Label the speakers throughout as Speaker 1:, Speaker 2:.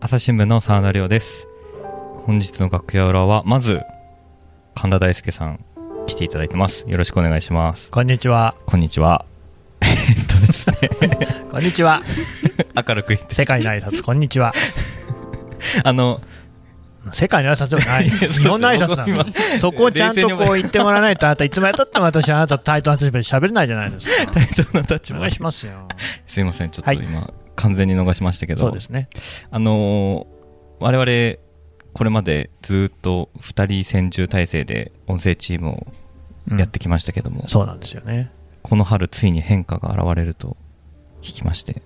Speaker 1: 朝日新聞の沢田亮です本日の楽屋裏はまず神田大輔さん来ていただいてますよろしくお願いします
Speaker 2: こんにちは。
Speaker 1: こんにちは えっとです ね
Speaker 2: こんにちは。
Speaker 1: 明るく言って
Speaker 2: 世界の挨拶、こんにちは。
Speaker 1: あの
Speaker 2: 世界の挨拶でもない。日本の挨拶なの。そこをちゃんとこう言ってもらわないと、あなたいつまでたっても私、あなたと対等な立場で喋れないじゃないですか。
Speaker 1: タイトルのタッチ
Speaker 2: お
Speaker 1: も
Speaker 2: 願いしますよ。
Speaker 1: すいませんちょっ
Speaker 2: は
Speaker 1: と
Speaker 2: い
Speaker 1: 今、完全に逃しましたけど
Speaker 2: そうですね。
Speaker 1: あのー我々これまでずっと2人専従体制で音声チームを
Speaker 2: うん
Speaker 1: やってきましたけども、
Speaker 2: そうなんですよね。
Speaker 1: この春ついに変化が現れると聞きまして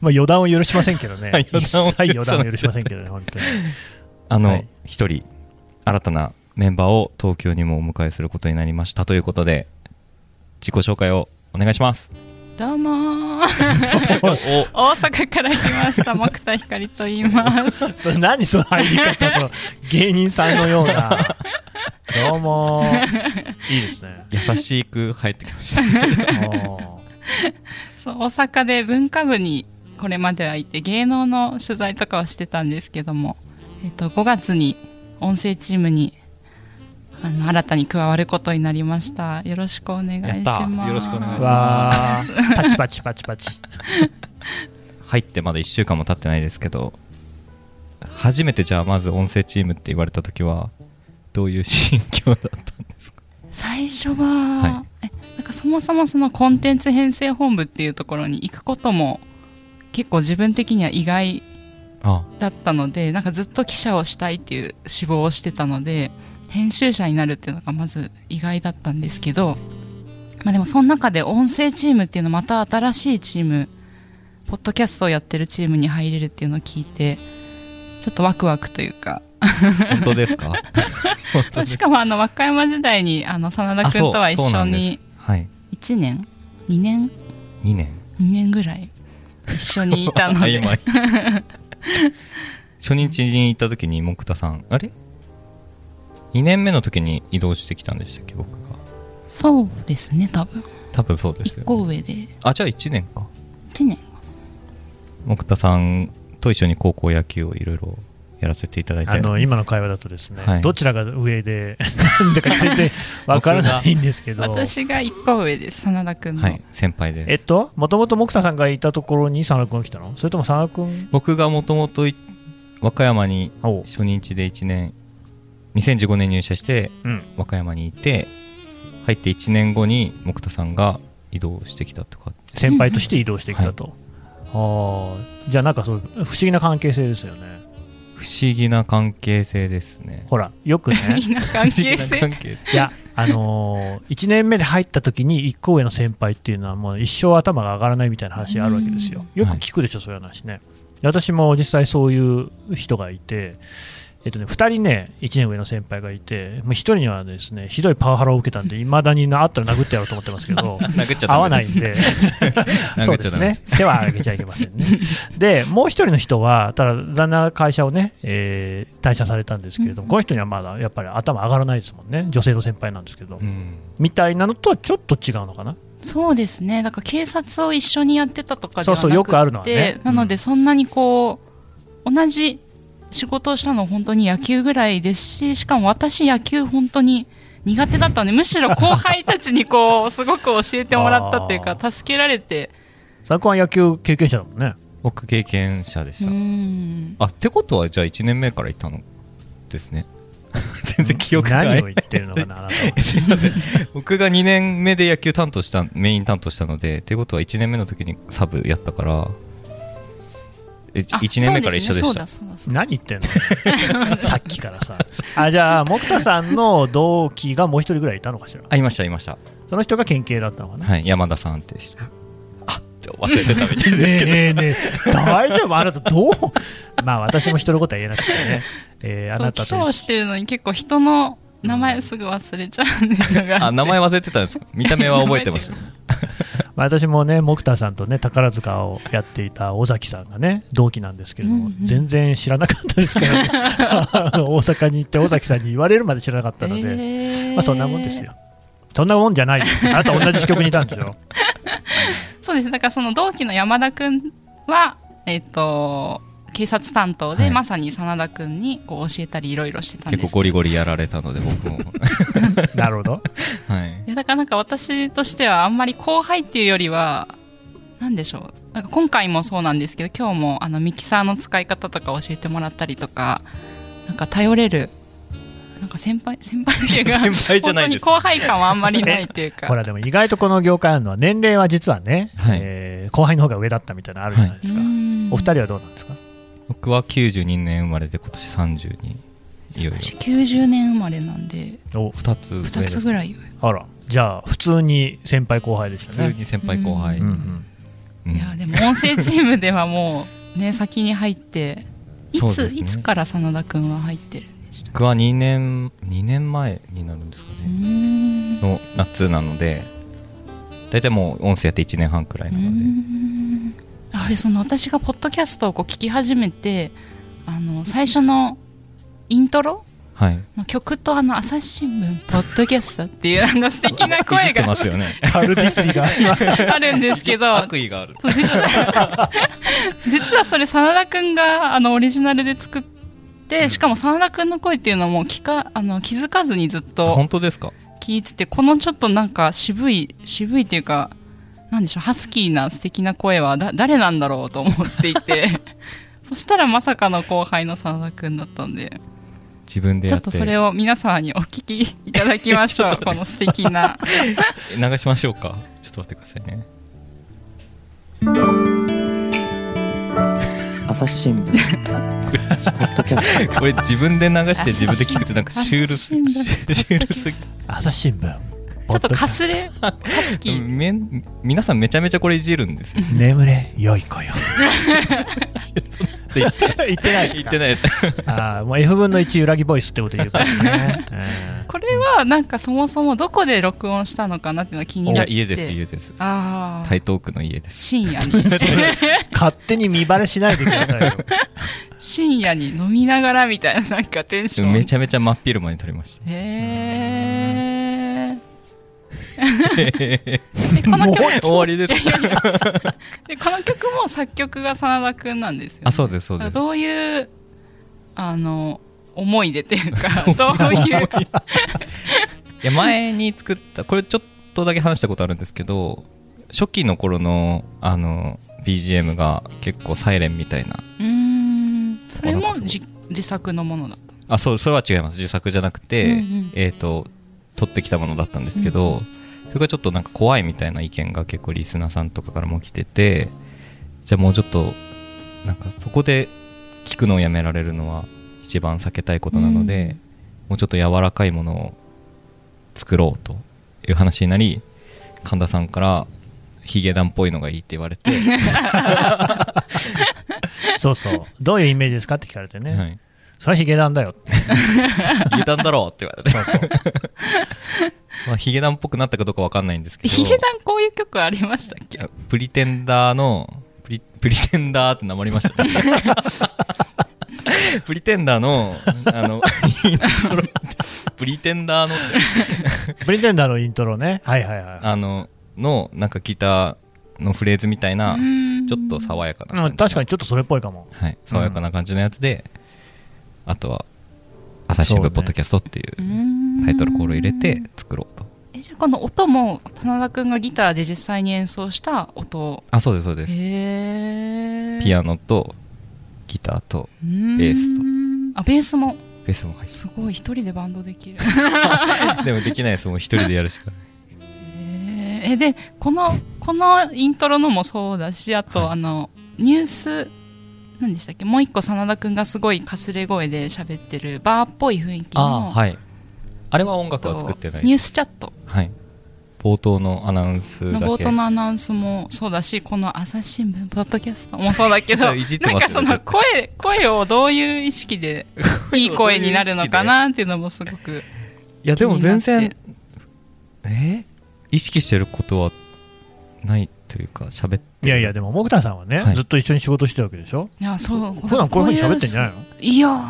Speaker 2: まあ余談を許しませんけどね
Speaker 1: 余。談を
Speaker 2: 一切余談を許
Speaker 1: 許
Speaker 2: しませんけどね、本当に。
Speaker 1: あ
Speaker 2: は
Speaker 1: の
Speaker 2: い
Speaker 1: 一、人新たなメンバーを東京にもお迎えすることになりましたということで自己紹介をお願いします
Speaker 3: どうもー
Speaker 2: おい
Speaker 3: 大阪から来ました木田ひかりと言い ます
Speaker 2: それ何その入り方、その芸人さんのよう な。どうも。いいです ね。
Speaker 1: 優しく入ってきました
Speaker 2: おー
Speaker 3: そう大阪で文化部にこれまではいて芸能の取材とかをしてたんですけども、えっと、5月に音声チームにあの新たに加わることになりましたよろしくお願いし
Speaker 1: やっ
Speaker 3: ま
Speaker 1: た
Speaker 3: す
Speaker 1: よろしくお願いします
Speaker 2: わー。パチパチパチパチ。
Speaker 1: 入ってまだ1週間も経ってないですけど初めてじゃあまず音声チームって言われた時はどういう心境だったんですか
Speaker 3: 最初は、
Speaker 1: は
Speaker 3: えなんかそもそもそのコンテンツ編成本部っていうところに行くことも結構自分的には意外
Speaker 1: あ
Speaker 3: だったのでなんかずっと記者をしたいっていう志望をしてたので編集者になるっていうのがまず意外だったんですけど、まあ、でもその中で音声チームっていうのまた新しいチームポッドキャストをやってるチームに入れるっていうのを聞いてちょっとワクワクというか
Speaker 1: 本当です か本当です
Speaker 3: しかもあの和歌山時代にあの真田君とは一
Speaker 1: あそうそうな
Speaker 3: 緒
Speaker 1: ん
Speaker 3: に
Speaker 1: ですはい
Speaker 3: 1年2年
Speaker 1: 2年
Speaker 3: 2年ぐらい一緒にいたの
Speaker 1: あ
Speaker 3: で
Speaker 1: 今初日に行った時に木田さんあれ2年目の時に移動してきたんでしたっけ僕が
Speaker 3: そうですね多分
Speaker 1: 多分そうですよ
Speaker 3: 1
Speaker 1: ね、
Speaker 3: 個上で
Speaker 1: あじゃあ1年か
Speaker 3: 1年
Speaker 1: 木田さんと一緒に高校野球をいろいろやらせていただいて
Speaker 2: あの今の会話だとですね、
Speaker 1: はい
Speaker 2: どちらが上で、 なんだか全然わからないんですけど、
Speaker 3: 私が一個上です真田君の、
Speaker 1: はい先輩です
Speaker 2: えっと、もともと木田さんがいたところに佐野君が来たのそれとも佐野君
Speaker 1: 僕がもともと和歌山に
Speaker 2: を、
Speaker 1: 初日で1年2015年入社して
Speaker 2: うん、
Speaker 1: 和歌山にいて入って1年後に木田さんが移動してきたとか
Speaker 2: 先輩として移動してき たと。あーじゃあなんかそう不思議な関係性ですよね。
Speaker 1: 不思議な関係性ですね
Speaker 2: ほら、よくね、
Speaker 3: みんな関係
Speaker 1: 不思議な
Speaker 3: 性
Speaker 1: 関係
Speaker 2: いや、あのー、1年目で入った時に1個上の先輩っていうのはもう一生頭が上がらないみたいな話あるわけですよ。
Speaker 1: うん
Speaker 2: よく聞くでしょ、そういう話ね。私も実際そういう人がいて、えっとね、2人ね、1年上の先輩がいて、もう1人にはですね、ひどいパワハラを受けたんで、いまだになあったら殴ってやろうと思ってますけど、
Speaker 1: 殴っちゃダメです
Speaker 2: 合わないんで、そうですね、手はあげちゃいけま せんね。で、もう1人の人は、ただ、旦那が会社をね、えー退社されたんですけれども、この人にはまだやっぱり頭上がらないですもんね、女性の先輩なんですけど。
Speaker 1: うん
Speaker 2: みたいなのとはちょっと違うのかな、
Speaker 3: そうですねだから警察を一緒にやってたとかではなくて
Speaker 2: そうそうよくあるのはね
Speaker 3: なのでそんなにこう同じ仕事をしたの本当に野球ぐらいですししかも私野球本当に苦手だったのでむしろ後輩たちにこうすごく教えてもらったという
Speaker 2: あ
Speaker 3: か助けられて
Speaker 2: 佐野君は野球経験者だもんね、
Speaker 1: 僕経験者でし
Speaker 3: う
Speaker 1: た、
Speaker 3: ん
Speaker 1: あってことはじゃあ1年目からいたのですね 全然記憶がな
Speaker 2: 何を
Speaker 1: い
Speaker 2: 言ってるのかな、あな たは
Speaker 1: すいません僕が2年目で野球担当したメイン担当したのでってことは1年目の時にサブやったから1
Speaker 3: あ
Speaker 1: 年目から一緒で
Speaker 3: そ
Speaker 1: し
Speaker 3: う
Speaker 1: た
Speaker 3: すねそうだそうだそうだ
Speaker 2: 何言ってんの、さっきからさ、あじゃあ、木田さんの同期がもう一人ぐらいいたのかしら、
Speaker 1: あいましたいました、
Speaker 2: その人が県警だったのかな。
Speaker 1: はい、山田さんって人あって忘れてたみ たいですけど、
Speaker 2: ねえねえねえ大丈夫、あなた、どう、まあ私も人のことは言えなくてね、えーあ
Speaker 3: そう
Speaker 2: なた
Speaker 3: 基
Speaker 2: と
Speaker 3: 礎をしてるのに結構人の名前すぐ忘れちゃうんでのが
Speaker 1: あ名前忘れてたんですか見た目は覚えてました
Speaker 2: まあ私もね、木田さんとね、宝塚をやっていた尾崎さんがね、同期なんですけれども、
Speaker 3: うんうん
Speaker 2: 全然知らなかったですから、 ね、あの大阪に行って尾崎さんに言われるまで知らなかったので、
Speaker 3: えー
Speaker 2: まあそんなもんですよ。そんなもんじゃないよ。あなた同じ支局にいたんです よ。
Speaker 3: そうですだからその同期の山田君はえっ、と警察担当で、
Speaker 1: はい
Speaker 3: まさに真田君にこう教えたりいろいろしてたんで
Speaker 1: 結
Speaker 3: すけど
Speaker 1: 構ゴリゴリやられたので僕も
Speaker 2: なるほど。
Speaker 1: はい
Speaker 3: いやだからなんか私としてはあんまり後輩っていうよりはなんでしょうなんか今回もそうなんですけど今日もあのミキサーの使い方とか教えてもらったりとかなんか頼れるなんか先輩先輩っていう か
Speaker 1: 先輩じゃ
Speaker 3: 本
Speaker 1: な
Speaker 3: 当
Speaker 1: いん
Speaker 3: に
Speaker 1: です
Speaker 3: 後輩感はあんまりないっていうか
Speaker 2: ほら、でも意外とこの業界あるのは、年齢は実はね、
Speaker 1: はい
Speaker 2: えー後輩の方が上だったみたいなのあるじゃないですか。お二
Speaker 3: 人
Speaker 2: 人はどうなんですか
Speaker 1: 僕は92年生まれで今年30にいよいよ
Speaker 3: 私90年生まれなんで
Speaker 2: お
Speaker 1: 2つ上です
Speaker 3: 2つぐらい上
Speaker 2: あら、じゃあ、普通に先輩後輩でし
Speaker 1: 普
Speaker 2: た
Speaker 1: 通
Speaker 2: ね。
Speaker 1: に先輩後輩、
Speaker 2: う
Speaker 3: うんん
Speaker 2: うん
Speaker 1: うん
Speaker 3: いやでも音声チームではもうね 先に入ってい
Speaker 1: そう
Speaker 3: つ
Speaker 1: ですね
Speaker 3: いつから真田君は入ってるんでした
Speaker 1: 僕は2年2年前になるんですかね、の夏なので大体もう音声やって1年半くらいなので、
Speaker 3: あれその私がポッドキャストをこう聞き始めてあの最初のイントロ
Speaker 1: はい
Speaker 3: の曲とあの朝日新聞ポッドキャストっていうあの素敵ない
Speaker 1: じ
Speaker 3: 声
Speaker 1: ってま
Speaker 3: が
Speaker 1: す よね
Speaker 2: カルディスリが
Speaker 3: あるんですけど
Speaker 1: 悪意がある
Speaker 3: そう実は 実はそれ真田君があのオリジナルで作ってしかも真田君の声っていうのも聞かあの気づかずにずっと
Speaker 1: 本当ですか
Speaker 3: 聞いててこのちょっとなんか渋い渋いっていうかなんでしょうハスキーな素敵な声はだ誰なんだろうと思ってい てそしたらまさかの後輩の真田君だったんで
Speaker 1: 自分で
Speaker 3: ち
Speaker 1: や
Speaker 3: ょ
Speaker 1: っ
Speaker 3: ってとそれを皆さんにお聞きいただきましょ うこの素敵 な
Speaker 1: 流しましょうかちょっと待ってくださいね
Speaker 4: 朝日新聞ポッドキャス
Speaker 1: これ自分で流して自分で聞くってなんかシュールす
Speaker 3: 朝日新聞
Speaker 1: シュールすぎ
Speaker 2: 朝日新聞。
Speaker 3: ちょっとか
Speaker 2: ポッ
Speaker 3: す れハスキー
Speaker 1: め皆さんめちゃめちゃこれいじるんですよ
Speaker 2: ドキャスト眠れ、良い子よ。
Speaker 1: 言って
Speaker 2: 言ってないです
Speaker 1: 言
Speaker 2: か
Speaker 1: ってないです
Speaker 2: あーもう F 分の1揺らぎボイスってこと言うから ね。うん
Speaker 3: これはなんかそもそもどこで録音したのかなっていうのが気に
Speaker 1: い
Speaker 3: なっ
Speaker 1: や
Speaker 3: て
Speaker 1: 家です家です
Speaker 3: ああ、
Speaker 1: 台東区の家です
Speaker 3: 深夜に
Speaker 2: 勝手に見バレしないでくださ いよ。
Speaker 3: 深夜に飲みながらみたいななんかテンション
Speaker 1: めちゃめちゃ真っ昼間に撮りました
Speaker 3: へえでこの曲
Speaker 1: 終わりですか
Speaker 3: でこの曲も作曲が真田君なんですよ、ね、
Speaker 1: あそうですそうです
Speaker 3: どういうあの思い出っていうか どういう
Speaker 1: いや前に作ったこれちょっとだけ話したことあるんですけど初期の頃のあの BGM が結構サイレンみたいな
Speaker 3: うーんそれもじ自作のものだった
Speaker 1: あそうそれは違います自作じゃなくて、
Speaker 3: うんうん
Speaker 1: えっ、と取ってきたものだったんですけど、それがちょっとなんか怖いみたいな意見が結構リスナーさんとかからも来ててじゃあもうちょっとなんかそこで聞くのをやめられるのは一番避けたいことなので、もうちょっと柔らかいものを作ろうという話になり神田さんからヒゲダンっぽいのがいいって言われ て、
Speaker 2: そうそう。どういうイメージですかって聞かれてね。
Speaker 1: はい、
Speaker 2: それはヒゲダンだよって。
Speaker 1: ヒゲダンだろうって言われて
Speaker 2: そうそう。
Speaker 1: まあヒゲダンっぽくなったかどうかわかんないんですけど
Speaker 3: ヒゲダンこういう曲ありましたっ
Speaker 1: い
Speaker 3: け
Speaker 1: やプリテンダーのプリプリテンダーって名まりました、ね、 プリテンダーのあの イントロプリテンダーの
Speaker 2: プリテンダーのイントロね。はいはいはい。
Speaker 1: あののなんかギターのフレーズみたいな
Speaker 3: うん
Speaker 1: ちょっと爽やかな
Speaker 2: う
Speaker 1: 感じ
Speaker 2: ん確かにちょっとそれっぽいかも。
Speaker 1: はい、爽やかな感じのやつで、あとは「朝日新
Speaker 2: そう
Speaker 1: 聞
Speaker 2: ね
Speaker 1: ポッドキャスト」っていうタイトルコールを入れて作ろうと
Speaker 3: えじゃあこの音も真田君がギターで実際に演奏した音
Speaker 1: あそうですそうです
Speaker 3: へ
Speaker 1: ピ
Speaker 3: ア
Speaker 1: アノとギターと
Speaker 3: ベ
Speaker 1: ースと
Speaker 3: あベースも
Speaker 1: ベースも入って
Speaker 3: すごい一人でバンドでき る
Speaker 1: でもできないやつも一人でやるしかない
Speaker 3: へーえでこのこのイントロのもそうだしあと、
Speaker 1: はい
Speaker 3: あのニュース何でしたっけもう一個真田君がすごいかすれ声で喋ってるバーっぽい雰囲気
Speaker 1: あ
Speaker 3: の
Speaker 1: あはいあれは音
Speaker 3: えっと
Speaker 1: 楽は作ってない
Speaker 3: ニュースチャット
Speaker 1: はい冒頭のアナウンスだ
Speaker 3: の
Speaker 1: け
Speaker 3: 冒頭のアナウンスもそうだしこの朝日新聞ポッドキャストもそうだけ
Speaker 1: そ
Speaker 3: ど、
Speaker 1: れいじって
Speaker 3: なん
Speaker 1: ます
Speaker 3: か
Speaker 1: よ
Speaker 3: その声声をどういう意 識でいい声になるのかなっていうのもすごく
Speaker 1: いやでも全
Speaker 3: 気になっ
Speaker 1: 然
Speaker 3: て
Speaker 1: え意識してることはないというか喋って
Speaker 2: いやいや、でも、木田さんはね、
Speaker 1: はい
Speaker 2: ずっと一緒に仕事してるわけでしょ。
Speaker 3: いやそう
Speaker 2: 普段こういうふうに喋ってんじゃないの
Speaker 3: いやー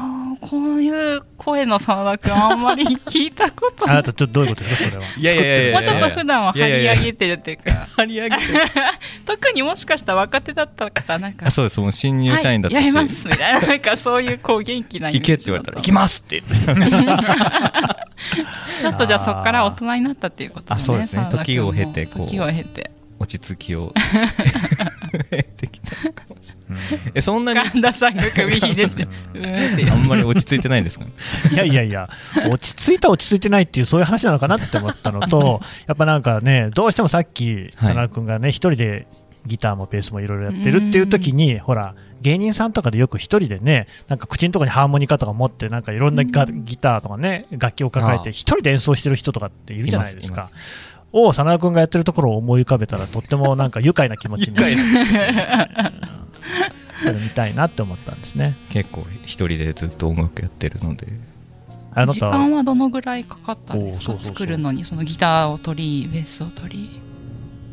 Speaker 3: こういう声の真田君あんまり聞いたこと
Speaker 2: あ
Speaker 3: ない
Speaker 2: なたちょっとどういうことですかそれはい
Speaker 1: やいやいやいやいや
Speaker 3: もうちょっと普段は張り上げてるっていうか
Speaker 1: 張り上げて
Speaker 3: 特にもしかしたら若手だったからなんか
Speaker 1: あそうですもう新入社員だったし、
Speaker 3: はい、やりますみたいななんかそういうこう元気なイメ
Speaker 1: 行
Speaker 3: ー
Speaker 1: けって
Speaker 3: ジ
Speaker 1: 言
Speaker 3: だ
Speaker 1: われたら行
Speaker 3: った
Speaker 1: きますって言って
Speaker 3: ちょっとじゃあそこから大人になったっていうこと
Speaker 1: あそうですね
Speaker 3: 真田君も
Speaker 1: 時を経てこう
Speaker 3: 時を経て
Speaker 1: 落ち着き を得てきたかもしれ
Speaker 2: うん
Speaker 1: ないえそんなに
Speaker 3: 神田さんが首ひねってうーんって
Speaker 1: あんまり落ち着いてないん ですかね
Speaker 2: いやいやいや、落ち着いた、落ち着いてないっていう、そういう話なのかなって思ったの と、やっぱなんかね、どうしてもさっき、
Speaker 1: はい
Speaker 2: 真田君がね、一人でギターもベースもいろいろやってるっていう時に、ほら、芸人さんとかでよく一人でね、なんか口のとこにハーモニカとか持って、なんかいろんながギターとかね、楽器を抱え
Speaker 1: ああ
Speaker 2: て、一人で演奏してる人とかっているじゃないです
Speaker 1: いま
Speaker 2: か
Speaker 1: す。
Speaker 2: を真田君がやってるところを思い浮かべたら、とってもなんか愉快な気持 ちになる。それ見たいなって思ったんですね。
Speaker 1: 結構一人でずっと音楽やってるので
Speaker 2: あな
Speaker 3: 時
Speaker 2: た
Speaker 3: 間はどのぐらいかかったんです
Speaker 2: おーそうそ
Speaker 3: か
Speaker 2: うそう
Speaker 3: 作るのにそのギターを取りベースを取り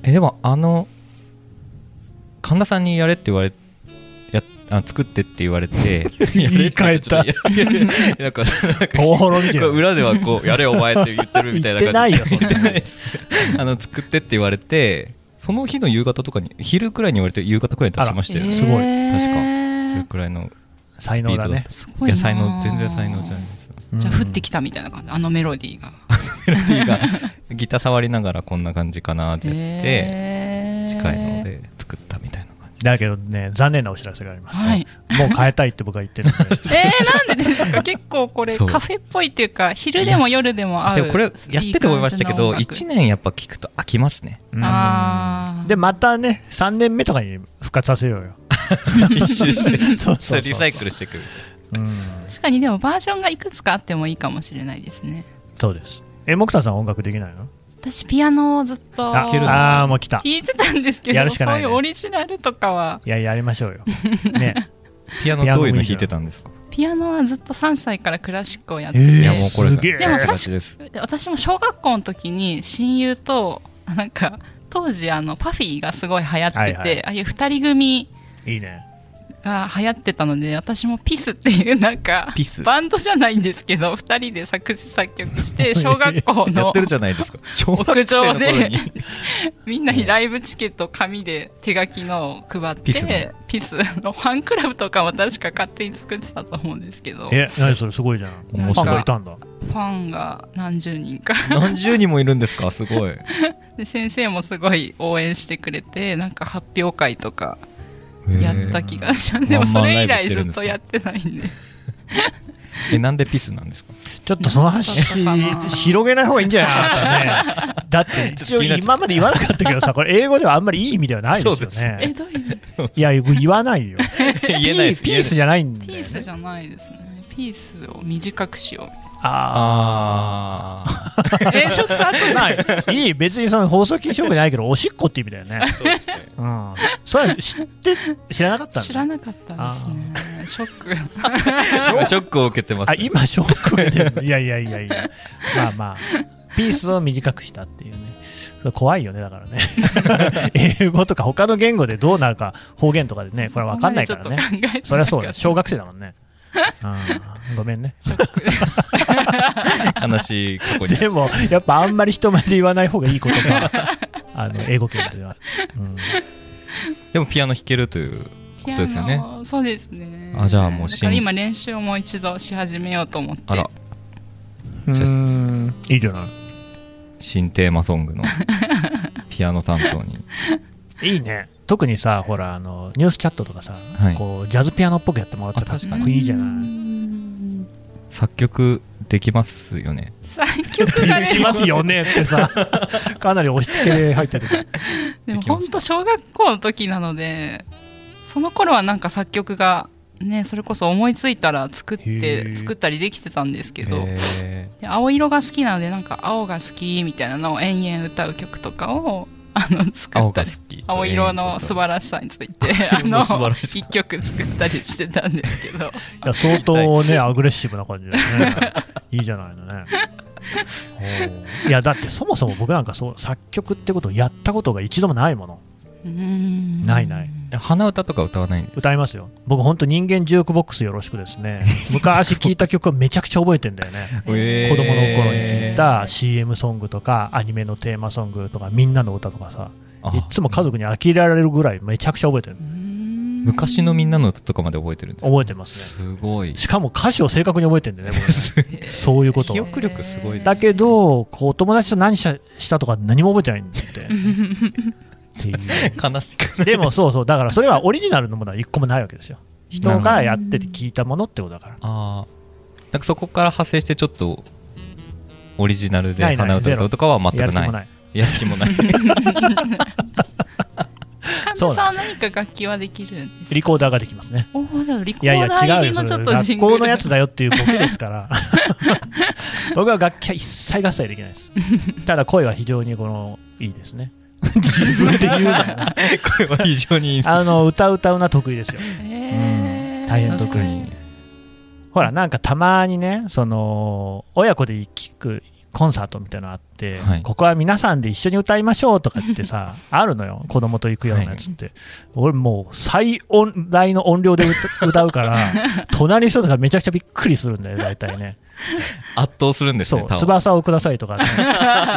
Speaker 1: えでもあの神田さんにやれって言われやあ作ってって言われ て
Speaker 2: 言い換えた
Speaker 1: いやいやいやなんかなんか
Speaker 2: ほろみた い
Speaker 1: こ
Speaker 2: な
Speaker 1: う裏ではこう「やれお前」って言ってるみたいな感じ
Speaker 2: 言って
Speaker 1: 言
Speaker 2: ないよそんな
Speaker 1: ってないですあの作ってって言われてその日の夕方とかに昼くらいに言われて夕方くらいに出しましたよ、
Speaker 2: あらすごい
Speaker 1: 確かそれ
Speaker 3: 確
Speaker 1: くらいの
Speaker 2: 才能だね。
Speaker 3: す
Speaker 1: い
Speaker 3: ごいな
Speaker 1: や
Speaker 3: あ
Speaker 1: 才能全然才能じゃないですよ
Speaker 3: じゃあ
Speaker 2: うん
Speaker 3: 降ってきたみたいな感じあのメロディーが
Speaker 1: メロディーがギター触りながらこんな感じかなって言って
Speaker 3: へー
Speaker 1: 近いので作ったみたいな感じ
Speaker 2: だけどね、残念なお知らせがあります。
Speaker 3: はい
Speaker 2: もう変えたいって僕は言ってる んで
Speaker 3: えー、なんでで すか結構これ
Speaker 1: そう
Speaker 3: カフェっぽいっていうか昼でも夜でも合う
Speaker 1: でもこれやってて思いましたけど
Speaker 3: いい感じ
Speaker 1: 1
Speaker 3: の
Speaker 1: 年やっぱ聞くと飽きますね
Speaker 2: うん
Speaker 3: あー
Speaker 2: で、またね、3年目とかに復活させようよ。
Speaker 1: 一周してそ
Speaker 2: そうそうそうそう
Speaker 1: れリサイクルしてくる
Speaker 2: うん
Speaker 3: 音楽確かにでもバージョンがいくつかあってもいいかもしれないですね
Speaker 2: そうです。え、木田さん音楽できないの
Speaker 3: 私ピアノをずっと
Speaker 2: あ
Speaker 1: けるんだ
Speaker 2: あー、もう来た。い
Speaker 3: 弾いてたんですけど
Speaker 2: やるしかないね
Speaker 3: そういうオリジナルとかは
Speaker 2: や、やりましょ うよ。ね。
Speaker 1: ピアノどういうの弾いてたんですか
Speaker 3: ピアノはずっと3歳からクラシックをやって
Speaker 1: い
Speaker 3: て、
Speaker 1: やもうこれ
Speaker 2: すげえ。
Speaker 3: でも確か
Speaker 1: 私です
Speaker 3: で私も小学校の時に親友となんか当時あのパフィーがすごい流行ってて、
Speaker 2: はいはい
Speaker 3: ああいう2人組
Speaker 2: いいね。
Speaker 3: が流行ってたので私もピスっていうなんか
Speaker 1: ピス
Speaker 3: バンドじゃないんですけど2人で作詞作 曲して小学校
Speaker 1: やっ
Speaker 3: の
Speaker 1: てるじゃないですか小学
Speaker 3: 屋
Speaker 1: 生の
Speaker 3: 上
Speaker 1: 頃
Speaker 3: で
Speaker 1: に
Speaker 3: みんなにライブチケットを紙で手書きのを配っ
Speaker 1: ピスね
Speaker 3: てピスのファンクラブとかも確か勝手に作ってたと思うんですけどフ
Speaker 2: え、何それすごいじゃん。
Speaker 1: 面白い
Speaker 2: ファンがいたんだ。
Speaker 3: ァンが何十人か
Speaker 1: 何十人もいるんですかす ごい
Speaker 3: で先生もすごい応援してくれてなんか発表会とかやった気がします、でもそれ以来ずっとやってないんで
Speaker 1: えなんでピスなん ですか
Speaker 2: ちょっとその話
Speaker 3: なんだったかな、
Speaker 2: 広げない方がいいんじゃないあなた ね。だって、一応今まで言わなかったけどさ、これ英語ではあんまりいい意味ではないです
Speaker 1: そう
Speaker 2: よ
Speaker 1: です
Speaker 3: え
Speaker 2: ね。
Speaker 3: ど ういう
Speaker 2: いや、言わないよ。
Speaker 1: 言えないです
Speaker 2: ピースじゃないんだよね
Speaker 3: ピースじゃないですねピースを短くしよう
Speaker 1: あ
Speaker 2: あ
Speaker 1: あ
Speaker 3: え ちょっと後で
Speaker 2: あいい別にその放送禁止用語じゃないけどおしっこって意味だよね
Speaker 1: そうですね
Speaker 2: うんそれは知って知らなかったんだ
Speaker 3: 知らなかったですねショック
Speaker 1: ショックを受けてます、
Speaker 2: あ
Speaker 1: ね、
Speaker 2: 今ショックでいやいやいやいやまあまあピースを短くしたっていうねそれ怖いよねだからね英語とか他の言語でどうなるか方言とかでねこれわかんないからね
Speaker 3: そこまでちょっと考えてなかった
Speaker 2: そりゃそうだ小学生だもんねうんごめんね
Speaker 3: ショックです
Speaker 1: 悲しい過去に
Speaker 2: でもやっぱあんまり人前で言わない方がいいことが あの英語圏では、うん
Speaker 1: でもピアノ弾けるということですよ
Speaker 3: ピア
Speaker 1: ね
Speaker 3: ノそうですね
Speaker 1: あじゃあもう
Speaker 3: だ
Speaker 1: 新
Speaker 3: から今練習をもう一度し始めようと思って
Speaker 1: あら
Speaker 2: うーんいいじゃない
Speaker 1: 新テーマソングのピアノ担当に
Speaker 2: いいね特にさほらあのニュースチャットとかさ、
Speaker 1: はい
Speaker 2: こうジャズピアノっぽくやってもらったらか
Speaker 1: あ
Speaker 2: っ
Speaker 1: 確
Speaker 2: こいいじゃ
Speaker 3: う
Speaker 2: ない
Speaker 3: ん
Speaker 1: 作曲できますよね
Speaker 3: 作曲が
Speaker 2: でき
Speaker 3: ね
Speaker 2: ますよねってさ かなり押し付け入ってるけど
Speaker 3: でも本当小学校の時なのでその頃はなんか作曲がねそれこそ思いついたら作っ
Speaker 2: へ
Speaker 3: て
Speaker 2: ー
Speaker 3: 作ったりできてたんですけど
Speaker 1: へ
Speaker 3: で青色が好きなのでなんか青が好きみたいなのを延々歌う曲とかをあの
Speaker 1: ー
Speaker 3: 作
Speaker 1: 青
Speaker 3: った
Speaker 1: が
Speaker 3: り
Speaker 1: 好き
Speaker 3: 青色の素晴らしさについてあの
Speaker 1: の素晴らしさ
Speaker 3: 一曲作ったりしてたんですけど
Speaker 2: いや相当ねアグレッシブな感じだよねいいじゃないのねほういやだってそもそも僕なんかそう作曲ってことをやったことが一度もないもの
Speaker 3: うん
Speaker 2: ないない
Speaker 1: 鼻歌とか歌わないんで
Speaker 2: 歌いますよ僕本当人間ジュークボックスよろしくで すね昔聴いた曲をめちゃくちゃ覚えてんだよね
Speaker 1: えー
Speaker 2: 子供の頃に聴いた CM ソングとかアニメのテーマソングとかみんなの歌とかさ
Speaker 1: あ
Speaker 2: いっつも家族に呆れられるぐらいめちゃくちゃ覚えてる
Speaker 1: 昔のみんなの歌とかまで覚えてるんですか
Speaker 2: 覚えてます
Speaker 1: す
Speaker 2: ね
Speaker 1: ごい
Speaker 2: しかも歌詞を正確に覚えてんだよね僕ね そういうことを
Speaker 1: 記憶力すごい
Speaker 2: だけどこうお友達と何したしたとか何も覚えてないんだって
Speaker 1: 悲しく
Speaker 2: でもそうそうだからそれはオリジナルのものは一個もないわけですよ人がやってて聞いたものってことだから
Speaker 1: ああなんかそこから派生してちょっとオリジナルで
Speaker 2: ないない
Speaker 1: 鼻歌歌うとかは全
Speaker 2: や
Speaker 1: く
Speaker 2: る気
Speaker 1: な
Speaker 2: も
Speaker 1: い
Speaker 2: ない
Speaker 1: やる気もない
Speaker 3: 神
Speaker 2: そう
Speaker 3: 田
Speaker 2: な
Speaker 3: さんは何か楽器はできるんですか
Speaker 2: リコーダーができますね
Speaker 3: おーじゃあリコ
Speaker 2: いやい
Speaker 3: ー
Speaker 2: や
Speaker 3: ダー入
Speaker 2: 違う
Speaker 3: り
Speaker 2: よそ
Speaker 3: の
Speaker 2: れ
Speaker 3: ちょっとジン
Speaker 2: 学
Speaker 3: グル
Speaker 2: 校のやつだよっていうボケですから 僕は楽器は一切合切できないですただ声は非常にこのいいですね自分で言うなよ
Speaker 1: 声は非常にいいです
Speaker 2: あの歌歌うのは得意ですよ
Speaker 3: えー
Speaker 2: うん大変
Speaker 1: 特に
Speaker 2: ほらなんかたまにねその親子で聴くコンサートみたいなのあって、
Speaker 1: はい
Speaker 2: ここは皆さんで一緒に歌いましょうとかっ てさあるのよ子供と行くようなやつって、俺もう最音大の音量で歌歌うから隣の人とかめちゃくちゃびっくりするんだよ大体ね
Speaker 1: 圧倒するんです
Speaker 2: そ
Speaker 1: ね
Speaker 2: う
Speaker 1: 多分
Speaker 2: 翼をくださいと か、ね、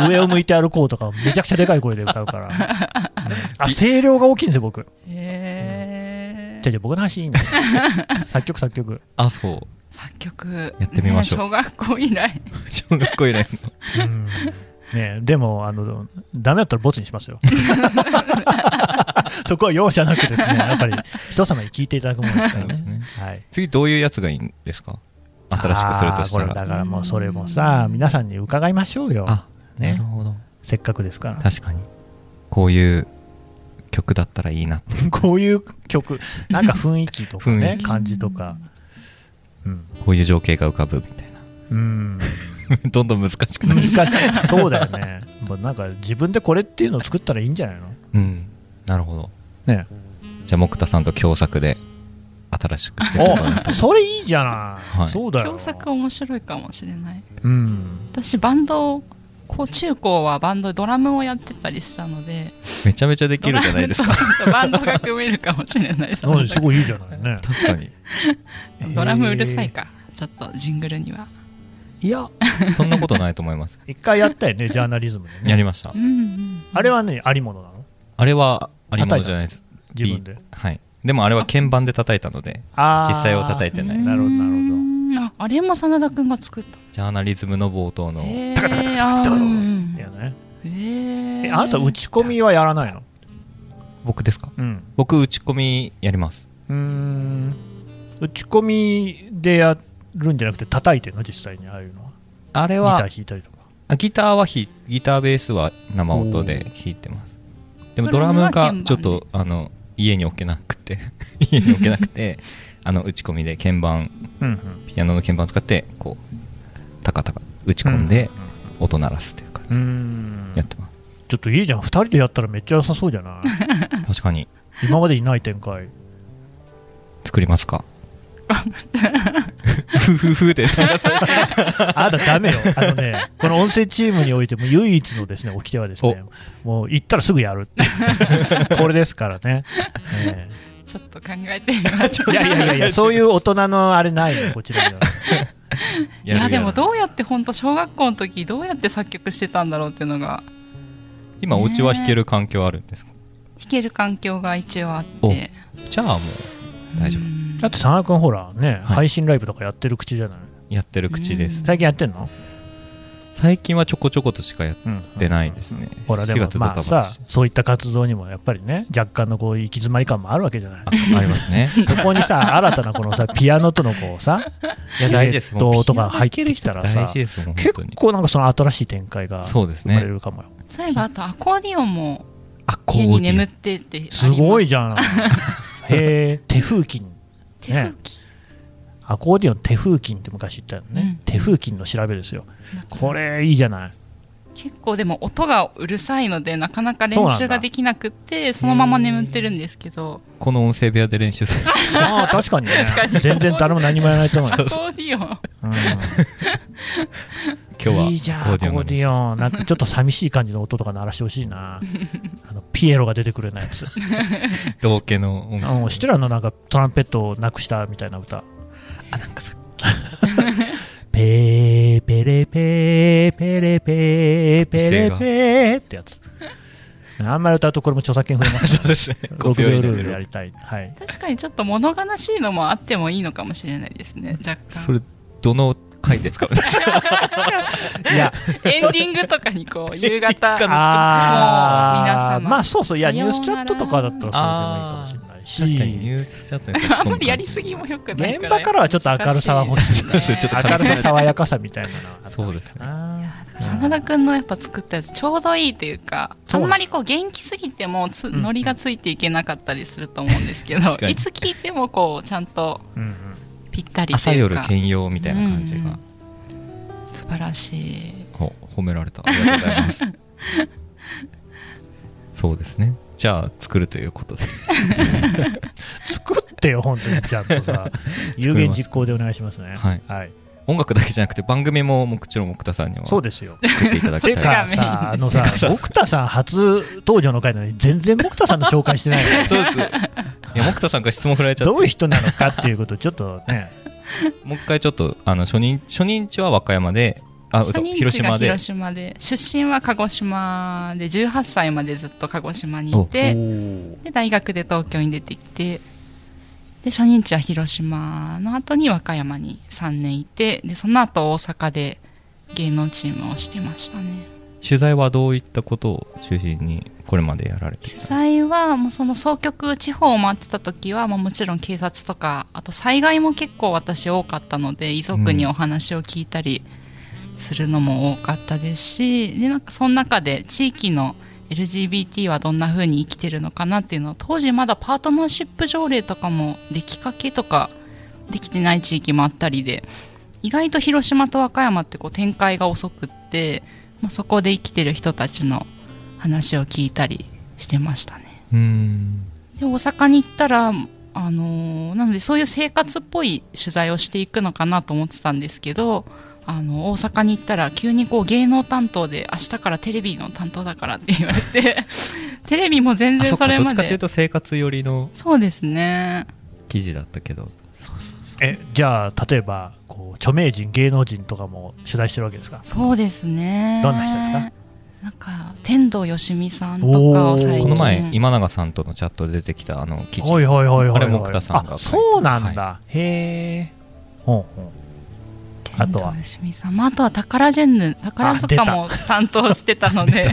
Speaker 2: 上を向いて歩こうとかめちゃくちゃでかい声で歌 うから、うんあ声量が大きいんですよ僕じゃ
Speaker 3: えー
Speaker 2: あじゃあ僕の話いいん だよ作曲作曲、
Speaker 1: あそう
Speaker 3: 作曲
Speaker 1: やってみましょう
Speaker 3: ね小学校以来
Speaker 1: 小学校以来の
Speaker 2: うんねえ、でもあのダメだったらボツにし ますよ そこは容赦なくですねやっぱり人様に聞いていただくものですか
Speaker 1: そ
Speaker 2: らね
Speaker 1: うですね
Speaker 2: はい、
Speaker 1: 次どういうやつがいいんですか新しくするとした
Speaker 2: あーこれだ
Speaker 1: ら
Speaker 2: からもうそれもさ皆さんに伺いましょうよ
Speaker 1: あ、
Speaker 2: ね
Speaker 1: なるほど
Speaker 2: せっかくですから
Speaker 1: 確かにこういう曲だったらいいなって
Speaker 2: こういう曲なんか雰囲気と か
Speaker 1: 雰
Speaker 2: ね
Speaker 1: 囲
Speaker 2: 感じとかうん、
Speaker 1: こういう情景が浮かぶみたい
Speaker 2: うん、
Speaker 1: な どんどん難しくな
Speaker 2: 難
Speaker 1: る
Speaker 2: しいそうだよねもうなんか自分でこれっていうのを作ったらいいんじゃないの
Speaker 1: うんなるほど
Speaker 2: ね
Speaker 1: じゃあ木田さんと共作で新しくしてもらう
Speaker 2: おそれいいじゃない、
Speaker 1: はい
Speaker 2: そうだよ
Speaker 3: 共作面白いかもしれない
Speaker 2: うん
Speaker 3: 私バンドをこう中高はバンドドラムをやってたりしたので
Speaker 1: めちゃめちゃできるじゃないですか
Speaker 3: ドラムとバンドが組めるかもしれないです
Speaker 2: なんですごいいいじゃないね
Speaker 1: 確かに
Speaker 3: ドラムうるさいか、ちょっとジングルには、
Speaker 2: いや
Speaker 1: そんなことないと思います
Speaker 2: 一回やったよねジャーナリズムで
Speaker 1: や
Speaker 2: ね
Speaker 1: りました
Speaker 3: うんうん、
Speaker 2: あれはねありものなの
Speaker 1: あれはありものじゃないです
Speaker 2: 自分で
Speaker 1: はいでもあれは鍵盤で叩いたので
Speaker 2: あー
Speaker 1: 実際を叩いてない
Speaker 2: なるほどなるほど
Speaker 3: るほどああれも真田君が作った
Speaker 1: ジャーナリズムの冒頭の
Speaker 3: へー
Speaker 2: タカタカタカタ
Speaker 3: あ
Speaker 2: カタカタ
Speaker 3: ーう
Speaker 2: だよ
Speaker 3: ん
Speaker 2: ね
Speaker 3: へ
Speaker 2: え
Speaker 3: ー
Speaker 2: あなた打ち込みはやらないの
Speaker 1: 僕ですか
Speaker 2: うん
Speaker 1: 僕打ち込みやります
Speaker 2: うーん打ち込みでやるんじゃなくて叩いてるの実際にああいうのは
Speaker 1: あれ
Speaker 2: ギ
Speaker 1: は
Speaker 2: ター弾いたりとか
Speaker 1: あギターはひギターベースは生音で弾いてますでもドラム
Speaker 3: ドラ
Speaker 1: が
Speaker 3: ムは鍵盤で
Speaker 1: ちょっとあの家に置けなくて 家に置けなく てあの打ち込みで鍵盤
Speaker 2: うんうん
Speaker 1: ピアノの鍵盤使ってこうタカタカ打ち込んで音鳴らすっていうか、
Speaker 2: うんうん
Speaker 1: やってます
Speaker 2: ちょっといいじゃん2人でやったらめっちゃ良さそうじゃない
Speaker 1: 確かに
Speaker 2: 今までいない展開
Speaker 1: 作りますかふふ ふで流され
Speaker 2: あなたダメよ。あのね、この音声チームにおいても唯一のですね、掟はですね、もう行ったらすぐやる。 これですからね。え
Speaker 3: ちょっと考えてみましょ
Speaker 2: え
Speaker 3: う
Speaker 2: いやいやいやいや、そういう大人のあれないよ、こち らには。
Speaker 3: いやでも
Speaker 1: う
Speaker 3: どうやって本当小学校の時どうやって作曲してたんだろうっていうのが
Speaker 1: 今お家は弾ける環境あるんですか
Speaker 3: 弾ける環境が一応あって
Speaker 1: じゃあもう大丈夫
Speaker 3: うん
Speaker 2: だって、佐野君ほら、ね、
Speaker 1: はい
Speaker 2: 配信ライブとかやってる口じゃない。
Speaker 1: やってる口です
Speaker 2: 最近やってんの
Speaker 1: 最近はちょこちょことしかやっ
Speaker 2: うん。
Speaker 1: てないですね
Speaker 2: ほら、で
Speaker 1: 4
Speaker 2: も
Speaker 1: 月、ドタ
Speaker 2: ま
Speaker 1: バタ
Speaker 2: あ
Speaker 1: して
Speaker 2: さ、そういった活動にもやっぱりね、若干のこう、行き詰まり感もあるわけじゃない
Speaker 1: あ。あります ね
Speaker 2: そこ にさ、新たなこのさ、ピアノとのこうさ、
Speaker 1: いや大事です
Speaker 2: え
Speaker 1: も
Speaker 2: っ
Speaker 1: う
Speaker 2: ととか入ってきたらさ
Speaker 1: 大事ですもん本
Speaker 2: 結
Speaker 1: 当に
Speaker 2: 構なんかその新しい展開が生
Speaker 1: そうです
Speaker 2: まれ
Speaker 1: ね
Speaker 2: るかもよ。
Speaker 3: そういえばあとアコーディオンも
Speaker 1: あこ
Speaker 3: 家に眠ってってあります
Speaker 2: ごい
Speaker 3: ゃ
Speaker 2: じゃん。へえ、手風琴。
Speaker 3: 手吹き、
Speaker 2: アコーディオン手風琴って昔言ったよね、
Speaker 3: うん
Speaker 2: 手風琴の調べですよこれいいじゃない
Speaker 3: 結構でも音がうるさいのでなかな
Speaker 2: そ
Speaker 3: か
Speaker 2: う
Speaker 3: 練
Speaker 2: なんだ
Speaker 3: 習ができなくってそのまま眠ってるんですけど
Speaker 1: この音声部屋で練習する
Speaker 2: ああ確かにね全然誰も何もやらないと思うよ、
Speaker 3: アコーディオン
Speaker 2: うん
Speaker 1: 今
Speaker 2: いい
Speaker 1: 日
Speaker 2: じゃ
Speaker 1: はコ
Speaker 2: んコ
Speaker 1: ー
Speaker 2: ー
Speaker 1: デ
Speaker 2: デ
Speaker 1: ィオンの話
Speaker 2: ィオンなんかちょっと寂しい感じの音とか鳴らしてほしい なあのピエロが出てくるようなやつ
Speaker 1: 同系の音
Speaker 2: あの
Speaker 1: 楽
Speaker 2: 知ってるあのなんかトランペットをなくしたみたいな歌
Speaker 1: あなんかそれ
Speaker 2: ペーペレペーペレペーペレペーってやつあんまり歌うとこれも著作権増えます
Speaker 1: そうですね
Speaker 2: 6秒ルールや
Speaker 1: や
Speaker 2: りたい、はい、
Speaker 3: 確かにちょっと物悲しいのもあってもいいのかもしれないですね若
Speaker 1: そ
Speaker 3: 干
Speaker 1: れどの回で 使う
Speaker 2: いや
Speaker 3: エンディングとかにこう夕方
Speaker 1: 一
Speaker 2: あ
Speaker 3: もう皆様
Speaker 2: ーまあそうそういや
Speaker 3: さ
Speaker 2: ニュ
Speaker 3: よう
Speaker 2: ー
Speaker 3: なら
Speaker 2: スチャットとかだったらそれでもいいかもしれないし
Speaker 1: 確かにニュースチャットに書き込む感
Speaker 3: あん
Speaker 1: じ
Speaker 3: まりやりすぎもよくないか
Speaker 2: 現
Speaker 3: ら
Speaker 2: 場からはちょっと明るさは欲しい
Speaker 1: そうですねちょっと
Speaker 2: 明
Speaker 1: 悲
Speaker 2: る
Speaker 1: しい
Speaker 2: さ爽やかさみたいなのはあった
Speaker 1: そうですね
Speaker 2: な
Speaker 3: 真田君のやっぱ作ったやつちょうどいいというか
Speaker 2: そ
Speaker 3: あ
Speaker 2: うなんの
Speaker 3: まりこう元気すぎてもつ
Speaker 2: んうん
Speaker 3: ノリがついていけなかったりすると思うんですけど
Speaker 1: 確かに
Speaker 3: いつ聞いてもこうちゃんと
Speaker 2: うんうん
Speaker 3: ぴったりと
Speaker 1: 朝
Speaker 3: いう
Speaker 1: 夜
Speaker 3: か
Speaker 1: 兼用みたいな感じ
Speaker 3: うんう
Speaker 1: が
Speaker 3: ん素晴らしい
Speaker 1: ほ褒められたありがとうございます そうですねじゃあ作るということで
Speaker 2: 作ってよ本当にちゃんと さ有言実行でお願いしますね
Speaker 1: はい
Speaker 2: はい、
Speaker 1: 音楽だけじゃなくて番組ももちろん奥田さんには
Speaker 2: そう
Speaker 1: 作
Speaker 2: です よ
Speaker 1: っていただき
Speaker 2: て
Speaker 1: たい
Speaker 2: か
Speaker 3: 違
Speaker 2: さ、
Speaker 3: う
Speaker 2: あ
Speaker 3: メイン
Speaker 2: の
Speaker 3: です
Speaker 2: さ、僕田さん初登場の回なのに、全然僕田さんの紹介してないよ
Speaker 1: そうですいや木田さんから質問振られちゃって
Speaker 2: どういう人なのかっていうこと、ちょっとね、
Speaker 1: もう一回ちょっとあの初任初任地は和歌山であ
Speaker 3: 初任
Speaker 1: 広
Speaker 3: 地が
Speaker 1: 島で
Speaker 3: 広島で出身は鹿児島で18歳までずっと鹿児島にい
Speaker 2: お
Speaker 3: て
Speaker 2: ー
Speaker 3: で大学で東京に出てきてで初任地は広島の後に和歌山に3年いてでその後大阪で芸能チームをしてましたね
Speaker 1: 取材はどういったことを中心にこれまでやられて
Speaker 3: 取材はもうその総局地方を回ってた時は、まあ、もちろん警察とかあと災害も結構私多かったので遺族にお話を聞いたりするのも多かったですし、でなんかその中で地域の LGBT はどんな風に生きてるのかなっていうのを当時まだパートナーシップ条例とかもできかけとかできてない地域もあったりで意外と広島と和歌山ってこう展開が遅くって、まあ、そこで生きてる人たちの話を聞いたりしてましたね
Speaker 1: うーん
Speaker 3: で大阪に行ったらあのーなのでそういう生活っぽい取材をしていくのかなと思ってたんですけどあの大阪に行ったら急にこう芸能担当で明日からテレビの担当だからって言われてテレビも全
Speaker 1: あそ
Speaker 3: 然
Speaker 1: っか
Speaker 3: それ
Speaker 1: どっ
Speaker 3: ま
Speaker 1: ちかという
Speaker 3: で
Speaker 1: と生活寄りの
Speaker 3: そうですね
Speaker 1: 記事だったけど
Speaker 2: えじゃあ、例えばこう著名人、芸能人とかも取材してるわけですか、
Speaker 3: そうですね
Speaker 2: どんな人ですか
Speaker 3: なんか天童よしみさんとかを最近
Speaker 1: この前今永さんとのチャットで出てきたあの記
Speaker 2: お
Speaker 1: 事
Speaker 2: いおいおいおいおい
Speaker 1: あれも奥田さんが
Speaker 2: あそうなんだ、へえ、ほんほんあ
Speaker 3: 天
Speaker 2: と
Speaker 3: 童
Speaker 2: は
Speaker 3: よしみさんまああとは宝ジェンヌ宝塚も担当してたので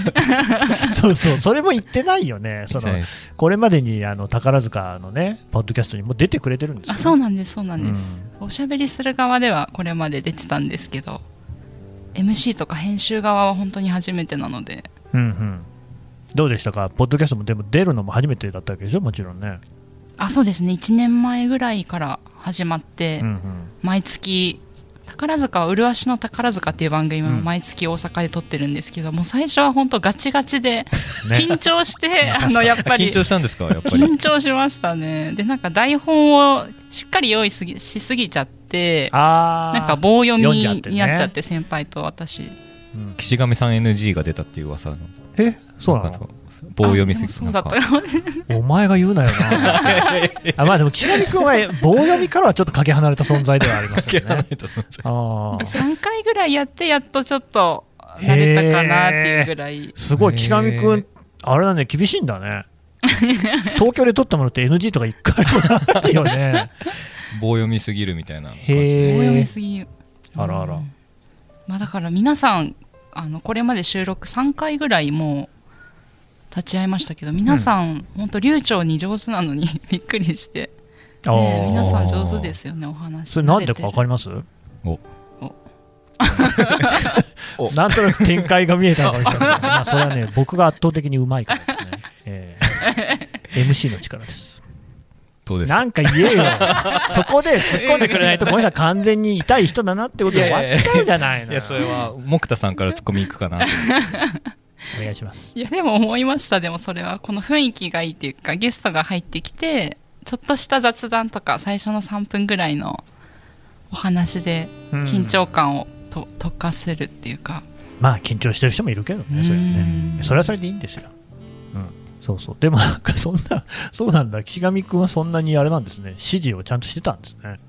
Speaker 2: そうそう、それも言ってないよね、そ
Speaker 1: じゃない
Speaker 2: の
Speaker 1: です
Speaker 2: これまでにあの宝塚のね、ポッドキャストにも出てくれてるんですよ
Speaker 3: あ
Speaker 2: ね、
Speaker 3: そうなんですそうなんです、おしゃべりする側ではこれまで出てたんですけど MC とか編集側は本当に初めてなので
Speaker 2: うんうん、どうでしたか、ポッドキャストもでも出るのも初めてだったわけでしょ、もちろんね。
Speaker 3: あそうですね1年前ぐらいから始まって、
Speaker 2: うんうん
Speaker 3: 毎月宝塚は麗しの宝塚っていう番組も
Speaker 2: うん
Speaker 3: 毎月大阪で撮ってるんですけど、もう最初は本当ガチガチで緊 張して、あのやっぱり
Speaker 1: 緊張したんですかやっぱり
Speaker 3: 緊張しましたねでなんか台本をしっかり用意すぎしすぎちゃって
Speaker 2: あー
Speaker 3: なんか棒読み
Speaker 2: 読んじゃってね
Speaker 3: になっちゃって先輩と私
Speaker 2: うん
Speaker 1: 岸上さん NG が出たっていう噂の
Speaker 2: えそうな
Speaker 1: なん
Speaker 2: の
Speaker 1: か棒読みすぎ
Speaker 3: あでもそう
Speaker 1: な
Speaker 3: だ
Speaker 1: んか
Speaker 3: ったかもしれない
Speaker 2: お前が言うなよ なあまあでも岸上君は棒読みからはちょっとかけ離れた存在ではあり ますよねあー
Speaker 3: 3回ぐらいやってやっとちょっと慣れたかなっていうぐらい
Speaker 2: すごい岸上
Speaker 1: へー
Speaker 2: 君あれだね厳しいんだ ね東京で撮ってもらって NG とか一回もないよね
Speaker 1: 棒読みすぎるみたいな感じ
Speaker 3: 棒
Speaker 2: へ
Speaker 1: で
Speaker 2: ー
Speaker 3: 読みすぎ
Speaker 2: あらあら、
Speaker 3: うんまあ、だから皆さんあのこれまで収録3回ぐらいもう立ち会いましたけど皆さん本当流暢に上手なのに びっくりして、
Speaker 2: あ
Speaker 3: ね
Speaker 2: ー、
Speaker 3: 皆さん上手ですよねお話
Speaker 2: それなんでかわ
Speaker 3: 分
Speaker 2: かります
Speaker 1: お
Speaker 3: お
Speaker 1: お
Speaker 2: なんとなく展開が見えたのかもしれないけどまあそれはね僕が圧倒的にうまいからですね、え ー MC の力です
Speaker 1: どうですか
Speaker 2: なんか言えよそこで突っ込んでくれないとこの人は完全に痛い人だなってことで終わっちゃうじゃないの
Speaker 1: いやそれは木田さんからツッコミいくかなと
Speaker 2: お願いします
Speaker 3: いやでも思いましたでもそれはこの雰囲気がいいっていうかゲストが入ってきてちょっとした雑談とか最初の3分ぐらいのお話で緊張感をと溶かせるっていうか
Speaker 2: まあ緊張してる人もいるけどねそれはね
Speaker 3: うん
Speaker 2: それはそれでいいんですよ、うん、そうそうでもなんかそんなそうなんだ岸上君はそんなにあれなんですね指示をちゃんとしてたんですね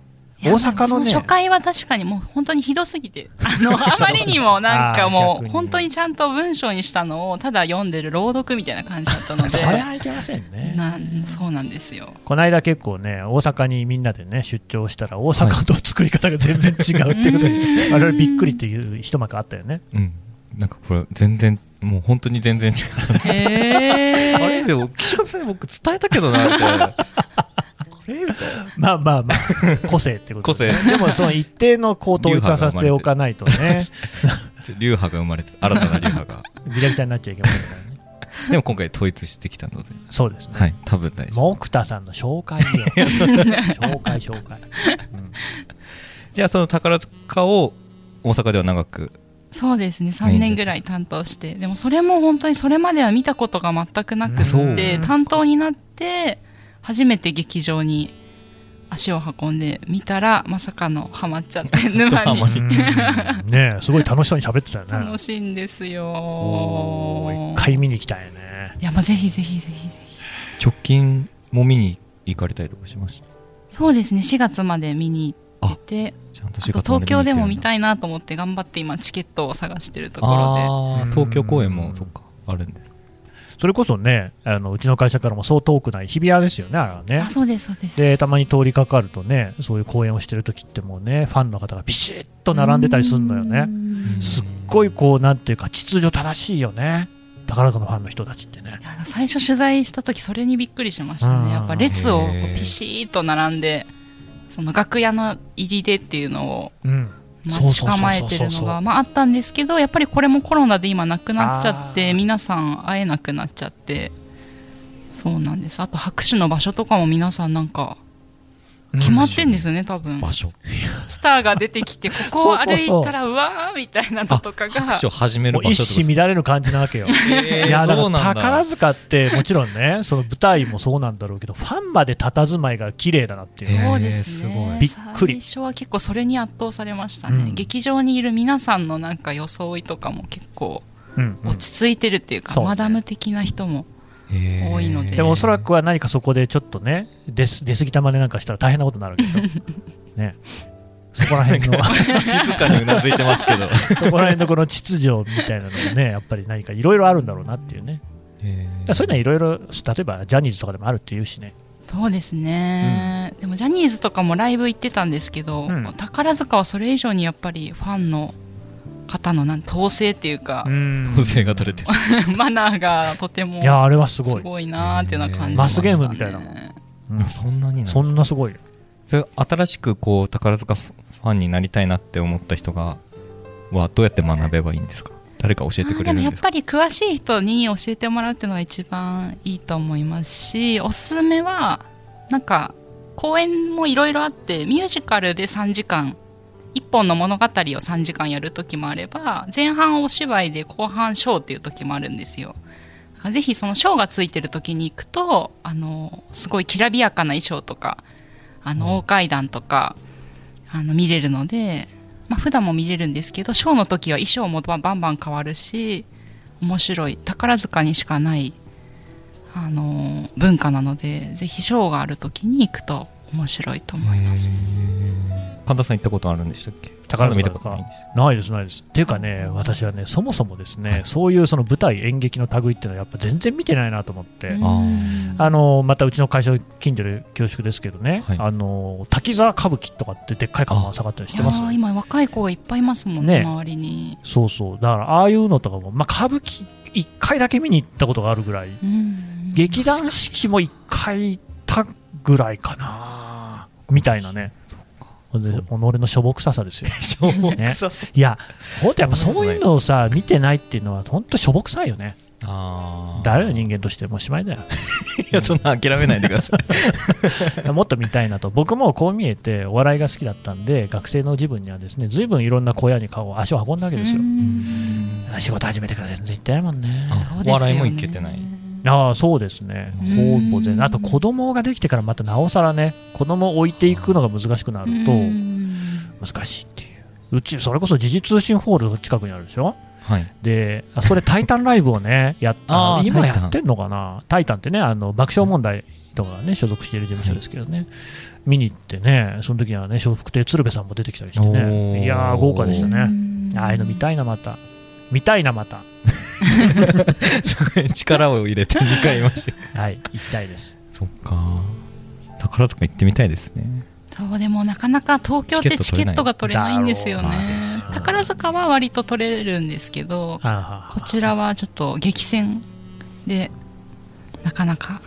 Speaker 3: いや
Speaker 2: 大阪のね
Speaker 3: でもそ初回は確かにもう本当にひどすぎてあ のあまりにもなんか
Speaker 2: あー
Speaker 3: も
Speaker 2: 逆
Speaker 3: う
Speaker 2: に
Speaker 3: 本当にちゃんと文章にしたのをただ読んでる朗読みたいな感じだったの
Speaker 2: それ
Speaker 3: で
Speaker 2: はいけませんね
Speaker 3: なんそうなんで すよ
Speaker 2: この間結構ね大阪にみんなでね出張したら大阪と作り方が全然違うっていうことに、
Speaker 3: うん
Speaker 2: 我々びっくりっていう一幕あったよね
Speaker 1: うん、なんかこれ全然もう本当に全然違う
Speaker 3: へ
Speaker 1: あれ
Speaker 3: ー
Speaker 1: でも岸上さんに僕伝えたけどなって
Speaker 2: まあまあまあ個性ってことで
Speaker 1: 個性
Speaker 2: でもその一定のこう統一はさせておかないと ね
Speaker 1: ちょ流派が生まれて新たな流派が
Speaker 2: ビラビラになっちゃいけませんからね
Speaker 1: でも今回統一してきたので、
Speaker 2: そうですね、
Speaker 1: はい、多分大丈夫
Speaker 2: モクタさんの紹介よ紹介紹介、うん
Speaker 1: じゃあその宝塚を大阪では長く
Speaker 3: そうですね3年ぐらい担当してでもそれも本当にそれまでは見たことが全くなく
Speaker 1: そう
Speaker 3: って担当になって初めて劇場に足を運んで見たらまさかのハマっちゃって沼
Speaker 1: ハマ
Speaker 3: に
Speaker 1: り
Speaker 2: うんねえすごい楽しそうに喋ってたよね
Speaker 3: 楽しいんです
Speaker 2: おー
Speaker 3: よ
Speaker 2: 一回見に来たよね
Speaker 3: いやまあぜひぜひぜひぜひ
Speaker 1: 直近も見に行かれたりとかしました
Speaker 3: そうですね4月まで見に行ってて
Speaker 1: ちゃんと
Speaker 3: あと東京でも見たいなと思って頑張って今チケットを探してるところ
Speaker 1: ああ
Speaker 2: うん
Speaker 1: 東京公演もそっかあるんです
Speaker 2: それこそねあのうちの会社からもそう遠くない日比谷ですよねあれは
Speaker 3: で
Speaker 2: ね
Speaker 3: あそうですそうです
Speaker 2: でたまに通りかかるとねそういう公演をしてる時ってもうねファンの方がビシッと並んでたりするのよね
Speaker 3: うん
Speaker 2: すっごいこうなんていうか秩序正しいよね宝塚のファンの人たちってね
Speaker 3: いや最初取材した時それにびっくりしました
Speaker 2: うん
Speaker 3: ねやっぱ列をこう
Speaker 1: へー
Speaker 3: ピシーと並んでその楽屋の入りでっていうのを
Speaker 2: うん
Speaker 3: 待ち構えて
Speaker 2: そ
Speaker 3: る
Speaker 2: うそうそうそうそ
Speaker 3: の
Speaker 2: う
Speaker 3: がまああったんですけどやっぱりこれもコロナで今なくなっちゃっ
Speaker 2: あ
Speaker 3: て
Speaker 2: ー
Speaker 3: 皆さん会えなくなっちゃってそうなんですあと拍手の場所とかも皆さんなんか決まってんですよね多分
Speaker 1: 場所
Speaker 3: スターが出て きてここを歩
Speaker 2: そうそうそう
Speaker 3: いたらうわーみたいなのとかが
Speaker 1: 拍手を始め
Speaker 2: も
Speaker 1: る
Speaker 2: う
Speaker 1: 場所
Speaker 2: 一糸乱れる感じなわけよ。
Speaker 1: えー
Speaker 2: いやだ
Speaker 1: そう
Speaker 2: から
Speaker 1: なん
Speaker 2: 宝
Speaker 1: だ
Speaker 2: 塚ってもちろんねその舞台もそうなんだろうけどファンまで佇まいが綺麗だなっていうね
Speaker 3: そうです
Speaker 1: へー
Speaker 3: ね
Speaker 2: すごいびっくり
Speaker 3: 最初は結構それに圧倒されましたね、
Speaker 2: うん
Speaker 3: 劇場にいる皆さんのなんか装いとかも結構
Speaker 2: うんうん
Speaker 3: 落ち着いてるっていうか、
Speaker 2: そうね
Speaker 3: マダム的な人も
Speaker 1: へー
Speaker 3: 多いので
Speaker 2: でもおそらくは何かそこでちょっとね出す出過ぎたまねなんかしたら大変なことになるけどねそこら辺の
Speaker 1: 静かにうなずいてますけ ど
Speaker 2: そこら辺のこの秩序みたいなのがねやっぱり何かいろいろあるんだろうなっていうね
Speaker 1: へ
Speaker 2: だか
Speaker 1: ー
Speaker 2: らそういうのはいろいろ例えばジャニーズとかでもあるっていうしね
Speaker 3: そうですね、でもジャニーズとかもライブ行ってたんですけど、
Speaker 2: うん
Speaker 3: 宝塚はそれ以上にやっぱりファンの方のなん統制っていうか、
Speaker 1: 風情が取れてる
Speaker 3: マナーがとても
Speaker 2: いやあれはす
Speaker 3: す
Speaker 2: ごい
Speaker 3: ごいなーっていうのは感じ
Speaker 2: マ
Speaker 3: ま
Speaker 2: ス
Speaker 3: した、
Speaker 2: ゲ
Speaker 3: ね、
Speaker 2: ームみたいなうん
Speaker 1: そんなにな
Speaker 2: そんなすごいよ
Speaker 1: それ新しくこう宝塚ファンになりたいなって思った人がはどうやって学べばいいんですか誰か教えてくれ
Speaker 3: あーで
Speaker 1: る
Speaker 3: も
Speaker 1: ん
Speaker 3: や
Speaker 1: で
Speaker 3: っ
Speaker 1: すか
Speaker 3: ぱり詳しい人に教えてもらうっていうのが一番いいと思いますしおすすめはなんか公演もいろいろあってミュージカルで3時間1本の物語を3時間やる時もあれば前半お芝居で後半ショーっていう時もあるんですよだからぜひそのショーがついてる時に行くとあのすごいきらびやかな衣装とかあの大階段とかあの見れるので、まあ普段も見れるんですけどショーの時は衣装もバンバンバン変わるし面白い宝塚にしかない、あのー文化なのでぜひショーがある時に行くと面白いと思います。
Speaker 1: 神田さん行ったことあるんでしたっけ
Speaker 2: 宝塚
Speaker 1: まだ見たことないんです
Speaker 2: ないですないですっていうかね私はねそもそもですねそういうその舞台演劇の類っていうのはやっぱ全然見てないなと思って、
Speaker 1: あ
Speaker 2: あのまたうちの会社の近所で恐縮ですけどね、
Speaker 1: はい
Speaker 2: あの滝沢歌舞伎とかってでっかい看板下がったりし
Speaker 3: い
Speaker 2: て
Speaker 3: や
Speaker 2: ます
Speaker 3: ー今若い子がいっぱいいますもんね
Speaker 2: ね
Speaker 3: 周りに。
Speaker 2: そうそうだからああいうのとかも、まあ、歌舞伎1回だけ見に行ったことがあるぐらい
Speaker 3: うん
Speaker 2: 劇団四季も1回行ったぐらいかなみたいなねで己のしょぼくささです よね
Speaker 1: そうそう
Speaker 2: いや本当やっぱそういうのをさ見てないっていうのは本当しょぼくさいよね
Speaker 1: あー
Speaker 2: 誰の人間としてもおしまいだよ
Speaker 1: いやそんな諦めないでください
Speaker 2: もっと見たいなと僕もこう見えてお笑いが好きだったんで学生の自分にはですね随分いろんな小屋に顔を足を運んだわけですよ
Speaker 3: うん
Speaker 2: 仕事始めてから全然行ってないもんね
Speaker 1: あ
Speaker 3: そうで
Speaker 1: お
Speaker 3: すよね
Speaker 1: 笑いも行けてない
Speaker 2: ああそうですねほ
Speaker 3: うん
Speaker 2: ぼ全然あと子供ができてからまたなおさらね子供を置いていくのが難しくなると
Speaker 3: うん
Speaker 2: 難しいっていううちそれこそ時事通信ホール近くにあるでしょ
Speaker 1: はい
Speaker 2: であそこで「タイタンライブ」を ねやっ
Speaker 1: あー
Speaker 2: 今
Speaker 1: タイタン
Speaker 2: やってんのかな「タイタン」ってねあの爆笑問題とかがね所属している事務所ですけどね、見に行ってねその時にはね笑福亭鶴瓶さんも出てきたりして
Speaker 1: お
Speaker 2: ね
Speaker 1: ー
Speaker 2: いやー豪華でしたね
Speaker 3: うん
Speaker 2: ああいうの見たいなまた見たいなまた
Speaker 1: そこに 力を入れて2回いました
Speaker 2: はい行きたい です
Speaker 1: そっか宝塚行ってみたいですね
Speaker 3: そうでもなかなか東京ってチケットが取れないんですよ
Speaker 1: だろう
Speaker 3: ね
Speaker 2: な
Speaker 3: 宝塚は割と取れるんですけど
Speaker 2: あーはーはー
Speaker 3: こちらはちょっと激戦でなかなか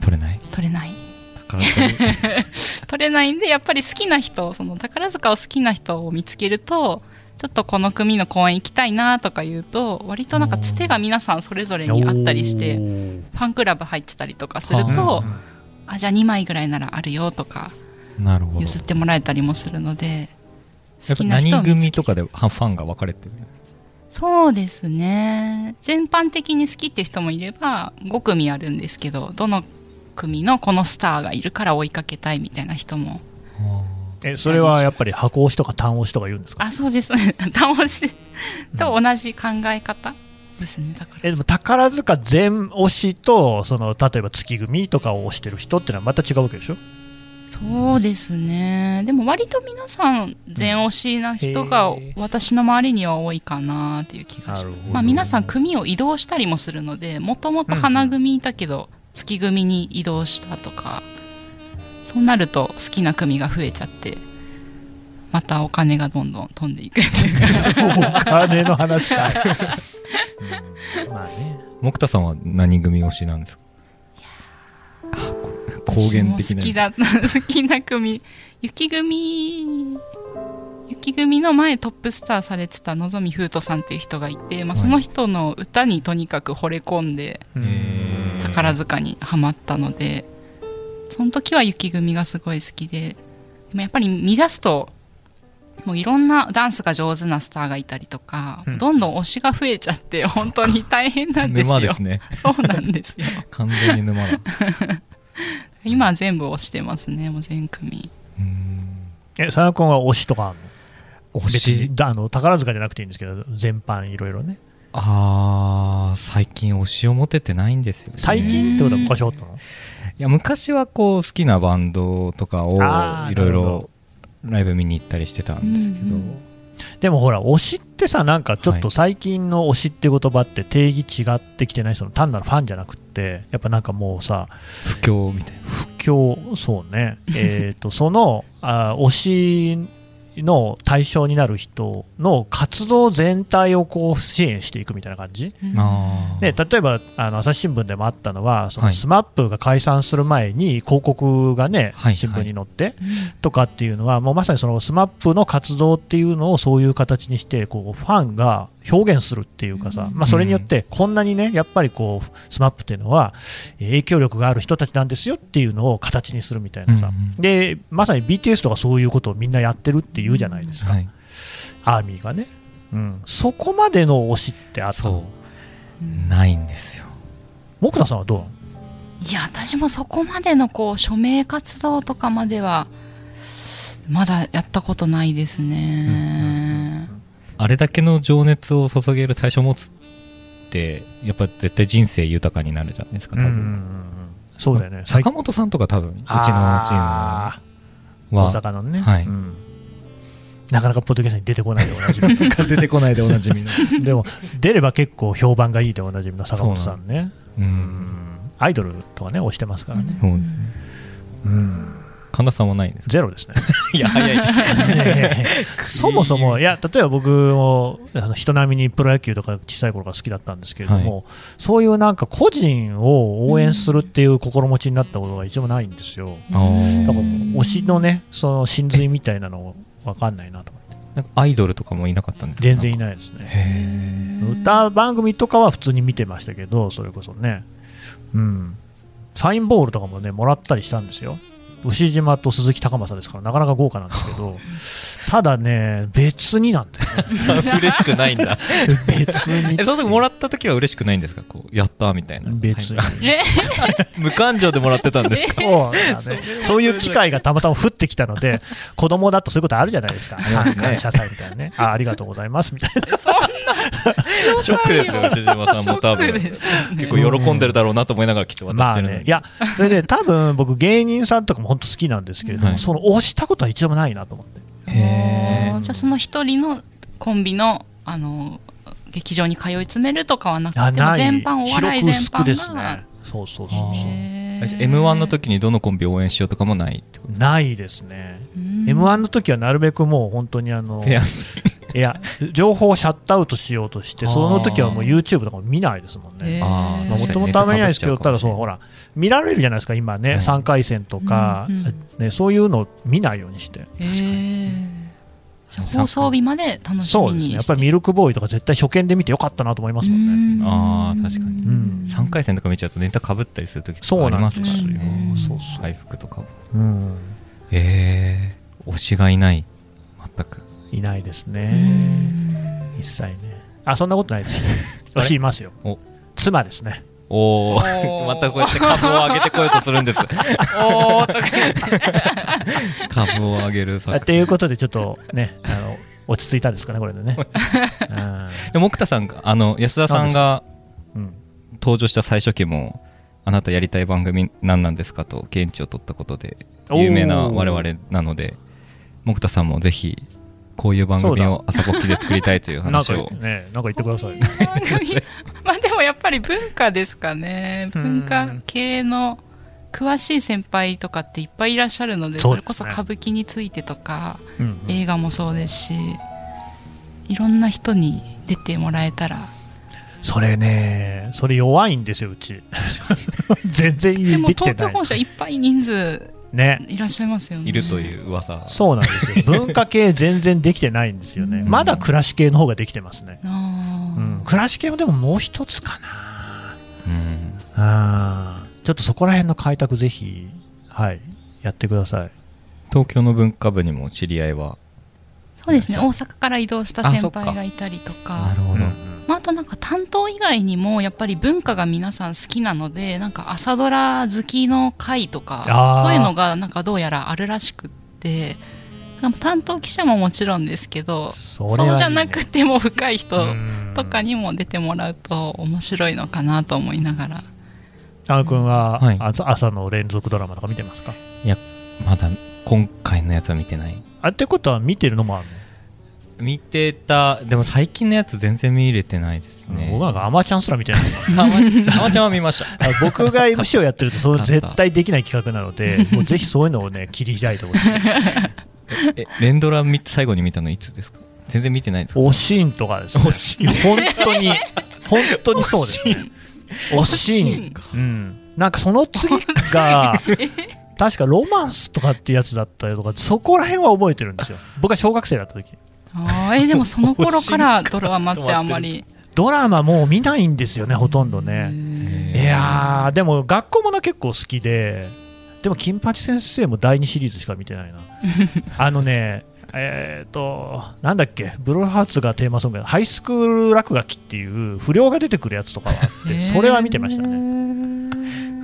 Speaker 1: 取れない
Speaker 3: 取れない
Speaker 1: 宝塚に
Speaker 3: 取れないんでやっぱり好きな人その宝塚を好きな人を見つけるとちょっとこの組の公演行きたいなとか言うと割となんかつてが皆さんそれぞれにあったりしてファンクラブ入ってたりとかす
Speaker 1: は
Speaker 3: ると
Speaker 2: うんうん
Speaker 3: あじゃあ2枚ぐらいならあるよとか
Speaker 1: なるほど
Speaker 3: 譲ってもらえたりもするので
Speaker 1: や
Speaker 3: 好
Speaker 1: っぱ
Speaker 3: きな人を
Speaker 1: 何
Speaker 3: 見つけ
Speaker 1: 組とかでファンが分かれてる
Speaker 3: そうですね全般的に好きっていう人もいれば5組あるんですけどどの組のこのスターがいるから追いかけたいみたいな人も
Speaker 2: えそれはやっぱり箱押しとか単押しとか言うんですか
Speaker 3: あそうです 倒しと同じ考え方ですねだから
Speaker 2: えでも宝塚全押しとその例えば月組とかを押してる人ってのはまた違うわけでしょ
Speaker 3: そうですねでも割と皆さん全推しな人が
Speaker 2: うんへー
Speaker 3: 私の周りには多いかなっていう気がし
Speaker 2: なる
Speaker 3: ま
Speaker 2: ほ
Speaker 3: す、
Speaker 2: ど
Speaker 3: まあ、皆さん組を移動したりもするのでもともと花組いたけど月組に移動したとかそうなると好きな組が増えちゃってまたお金がどんどん飛んでいくっていうか
Speaker 2: お金の話かうんまあね
Speaker 1: 木田さんは何組推しなんですかあこ高
Speaker 3: 私
Speaker 1: 原
Speaker 3: も
Speaker 1: 的
Speaker 3: 好き
Speaker 1: な
Speaker 3: だ好きな組雪組雪組の前トップスターされてた望海風斗さんっていう人がいて、
Speaker 1: は
Speaker 3: まあ、
Speaker 1: い
Speaker 3: その人の歌にとにかく惚れ込んで
Speaker 1: うん
Speaker 3: 宝塚にはまったのでその時は雪組がすごい好きででもやっぱり見出すともういろんなダンスが上手なスターがいたりとか、
Speaker 2: うん
Speaker 3: どんどん推しが増えちゃって本当に大変なんですよ
Speaker 1: 沼ですね
Speaker 3: そうなんですよ
Speaker 1: 完全に沼だ
Speaker 3: 今は全部推してますねもう全組
Speaker 1: うん
Speaker 2: え佐野君は推しとかあるの
Speaker 1: 推
Speaker 2: 別
Speaker 1: し
Speaker 2: にだあの宝塚じゃなくていいんですけど全般いろいろね
Speaker 1: あー最近推しを持ててないんですよ、ね、
Speaker 2: 最近ってことは昔おったの
Speaker 1: いや昔はこう好きなバンドとかを
Speaker 2: あー
Speaker 1: いろい
Speaker 2: なるほど
Speaker 1: ろライブ見に行ったりしてたんですけど、
Speaker 3: うんうん
Speaker 2: でもほら推しってさなんかちょっ
Speaker 1: は
Speaker 2: と
Speaker 1: い
Speaker 2: 最近の推しって言葉って定義違ってきてないその単なるファンじゃなくってやっぱなんかもうさ
Speaker 1: 不況みたいな
Speaker 2: 不況そうねえっとそのあ推しの対象になる人の活動全体をこう支援していくみたいな感じ
Speaker 3: うん
Speaker 1: あー
Speaker 2: で例えばあの朝日新聞でもあったのはそ
Speaker 1: は
Speaker 2: の
Speaker 1: い
Speaker 2: SMAP が解散する前に広告がね、
Speaker 1: はい
Speaker 2: 新聞に載ってとかっていうのはもうまさにその SMAP の活動っていうのをそういう形にしてこうファンが表現するっていうかさ、
Speaker 3: うん
Speaker 2: まあ、それによってこんなにねやっぱりこう SMAP っていうのはえー影響力がある人たちなんですよっていうのを形にするみたいなさ、
Speaker 1: うんうん
Speaker 2: でまさに BTS とかそういうことをみんなやってるっていうじゃないですか、
Speaker 1: はい
Speaker 2: アーミーがね。うん、そこまでの推しってあった
Speaker 1: そ
Speaker 2: の
Speaker 1: うないんですよ
Speaker 2: 木田さんはどうなの
Speaker 3: いや私もそこまでのこう署名活動とかまではまだやったことないですね、
Speaker 1: あれだけの情熱を注げる対象を持つってやっぱ絶対人生豊かになるじゃないですか多
Speaker 2: うん
Speaker 1: 分、
Speaker 2: うんうんうんそうだよね。
Speaker 1: 坂本さんとか多分うちのチームは
Speaker 2: あー大阪のね。
Speaker 1: はい
Speaker 2: うんなかなかポッドキャストに出てこないでおなじみ。
Speaker 1: 出てこないでおなじみの
Speaker 2: でも、出れば結構評判がいいでおなじみの坂本さんね。
Speaker 1: う
Speaker 2: うんんアイドルとかね、推してますからね。
Speaker 1: そうですね神田さんはないです
Speaker 2: ゼロですね。
Speaker 1: いや早い
Speaker 2: そもそも、いや、例えば僕もあの人並みにプロ野球とか小さい頃から好きだったんですけれども、そういうなんか個人を応援するっていう心持ちになったことが一度もないんですよ。
Speaker 1: あー
Speaker 2: だから推しのね、その真髄みたいなの分かんないなと思って
Speaker 1: なんかアイドルとかもいなかったんですか
Speaker 2: 全然いないですね。
Speaker 1: へ
Speaker 2: 歌番組とかは普通に見てましたけど、それこそね、うん、サインボールとかもね、もらったりしたんですよ。牛島と鈴木高政ですからなかなか豪華なんですけ どただね別になんだよね
Speaker 1: 嬉しくないんだ
Speaker 2: 別に
Speaker 1: えその時もらった時は嬉しくないんですかこうやったーみたいな
Speaker 2: 別に
Speaker 3: え
Speaker 1: 無感情でもらってたん です
Speaker 2: そうだねそういう機会がたまたま降ってきたので子供だとそういうことあるじゃないですか
Speaker 1: ますね
Speaker 2: 感謝祭みたいなねあありがとうございますみたいな
Speaker 3: そん な
Speaker 1: ショックですよ牛島さんも多分
Speaker 3: ショックですね
Speaker 1: 結構喜んでるだろうなと思いながらきっと渡
Speaker 2: ま
Speaker 1: し
Speaker 2: あ
Speaker 1: てるの
Speaker 2: ねい
Speaker 1: に
Speaker 2: やそ れで多分僕芸人さんとかも本当好きなんですけれども、
Speaker 1: はい
Speaker 2: その押したことは一度もないなと思って
Speaker 1: へー
Speaker 3: じゃあその一人のコンビのあの劇場に通い詰めるとかはな
Speaker 2: あ
Speaker 3: くても
Speaker 2: ない
Speaker 3: 全般お笑い全
Speaker 2: 広く薄くです
Speaker 3: 般が
Speaker 2: ねそうそう
Speaker 1: あ
Speaker 2: そうそう
Speaker 3: へー
Speaker 1: m 1の時にどのコンビを応援しようとかもないってこ
Speaker 2: ないですね、
Speaker 3: うん
Speaker 2: m 1の時はなるべくもう本当にあの
Speaker 1: といや
Speaker 2: いや情報をシャットアウトしようとして
Speaker 1: あー
Speaker 2: その時はもう YouTube とかも見ないですもん
Speaker 3: へ
Speaker 2: ね。
Speaker 1: あー
Speaker 2: も
Speaker 1: 確か
Speaker 2: と
Speaker 1: に
Speaker 2: も
Speaker 1: ネ
Speaker 2: と
Speaker 1: タ
Speaker 2: あんま
Speaker 1: 被
Speaker 2: りな
Speaker 1: っ
Speaker 2: いで
Speaker 1: ち
Speaker 2: すけ
Speaker 1: ゃ
Speaker 2: ど
Speaker 1: う
Speaker 2: た
Speaker 1: か
Speaker 2: だ
Speaker 1: もし
Speaker 2: そ
Speaker 1: れ
Speaker 2: う
Speaker 1: ない
Speaker 2: ほら見られるじゃないですか今ね、
Speaker 1: はい
Speaker 2: 3回戦とか、
Speaker 3: うん
Speaker 2: ね、そういうのを見ないようにして
Speaker 3: へーじゃあ放送日まで楽しみにして
Speaker 2: そうですねやっぱりミルクボーイとか絶対初見で見てよかったなと思いますもんね。
Speaker 3: うん
Speaker 1: あー確かに
Speaker 2: うん
Speaker 1: 3回戦とか見ちゃうとネタかぶったりする時とかありますから
Speaker 3: そうなんですよ
Speaker 1: ね
Speaker 3: うん
Speaker 1: そうそう回復とかも
Speaker 2: うん
Speaker 1: ええ推しがいない全く
Speaker 2: いないです
Speaker 3: う
Speaker 2: ね、
Speaker 3: ん
Speaker 2: 一切ねあそんなことないですよ
Speaker 1: あれ
Speaker 2: 私いますよ
Speaker 1: お
Speaker 2: 妻ですね
Speaker 1: おお
Speaker 3: おー
Speaker 1: またこうやって株を上げてこようとするん です
Speaker 3: おーとか言って
Speaker 1: 株を上げる
Speaker 2: っ
Speaker 1: 作
Speaker 2: て
Speaker 1: 品
Speaker 2: いうことでちょっとねあの落ち着いたですかねこれで ね、
Speaker 1: でも木田さんがあの安田さんが
Speaker 2: うんうん、
Speaker 1: 登場した最初期もあなたやりたい番組何なんですかと現地を取ったことで有名な我々なので木田さんもぜひこういう番組を朝こっきで作りたいという
Speaker 2: なん
Speaker 1: 話
Speaker 2: か
Speaker 1: を
Speaker 2: ね、なんか言ってください。
Speaker 3: まあでもやっぱり文化ですかね
Speaker 2: うん
Speaker 3: 文化系の詳しい先輩とかっていっぱいいらっしゃるので
Speaker 2: そ
Speaker 3: そうれ
Speaker 2: で
Speaker 3: こ
Speaker 2: す
Speaker 3: そ
Speaker 2: ね
Speaker 3: 歌舞伎についてとか
Speaker 2: うんうん
Speaker 3: 映画もそうですしいろんな人に出てもらえたら
Speaker 2: それね、それ弱いんですよ、うち。 全然
Speaker 3: でも
Speaker 2: できて
Speaker 3: 東
Speaker 2: な
Speaker 3: 京
Speaker 2: い。
Speaker 3: 本社いっぱい人数
Speaker 2: ね。
Speaker 3: いらっしゃいますよね
Speaker 1: いるという噂
Speaker 2: そうなん ですよ。文化系全然できてないんですよね。
Speaker 3: うん
Speaker 2: まだ暮らし系の方ができてますね。
Speaker 3: あー
Speaker 2: うん、暮らし系もでももう一つかな。
Speaker 1: うん
Speaker 2: あーちょっとそこら辺の開拓ぜひ、はい、やってください。
Speaker 1: 東京の文化部にも知り合いは
Speaker 3: そうですね大阪から移動した
Speaker 1: あ
Speaker 3: 先
Speaker 1: そっか
Speaker 3: 輩がいたりとか
Speaker 1: なるほ
Speaker 2: うんう
Speaker 1: ど
Speaker 2: ん
Speaker 3: まあ、あとなんか担当以外にもやっぱり文化が皆さん好きなのでなんか朝ドラ好きの会と
Speaker 2: あ
Speaker 3: か
Speaker 2: ー
Speaker 3: そういうのがなんかどうやらあるらしくってなんか担当記者ももちろんですけど
Speaker 2: そ
Speaker 3: そう
Speaker 2: れはいいね
Speaker 3: じゃなくても深い人
Speaker 2: うん
Speaker 3: とかにも出てもらうと面白いのかなと思いながら
Speaker 2: あの君は、
Speaker 1: はい
Speaker 2: あ朝の連続ドラマとか見てますか
Speaker 1: まだ今回のやつは見てない
Speaker 2: あってことは見てるのもある
Speaker 1: 見てたでも最近のやつ全然見れてないです
Speaker 2: の、
Speaker 1: ね
Speaker 2: 僕なんかアマちゃんすら見てない
Speaker 1: たまたまちゃんは見ました
Speaker 2: あ 僕が MC をやってるとそう絶対できない企画なのでもうぜひそういうのをね切り開いてほし い
Speaker 1: えレンドラ見最後に見たのいつですか全然見てないですか
Speaker 2: おしんとかです、ね、
Speaker 1: おしん
Speaker 2: 本当に本当にそうですねおしん
Speaker 3: おしん
Speaker 2: うん、なんかその次が確かロマンスとかってやつだったりとかそこら辺は覚えてるんですよ僕が小学生だった時
Speaker 3: あーえーでもその頃からドラマってあんまり
Speaker 2: ドラマもう見ないんですよねほとんどね、
Speaker 3: ね
Speaker 2: いやーでも学校もの結構好きででも金八先生も第2シリーズしか見てないなあのねえっ、となんだっけブルーハーツがテーマソングやハイスクール落書きっていう不良が出てくるやつとかはあってそれは見てましたね
Speaker 3: ね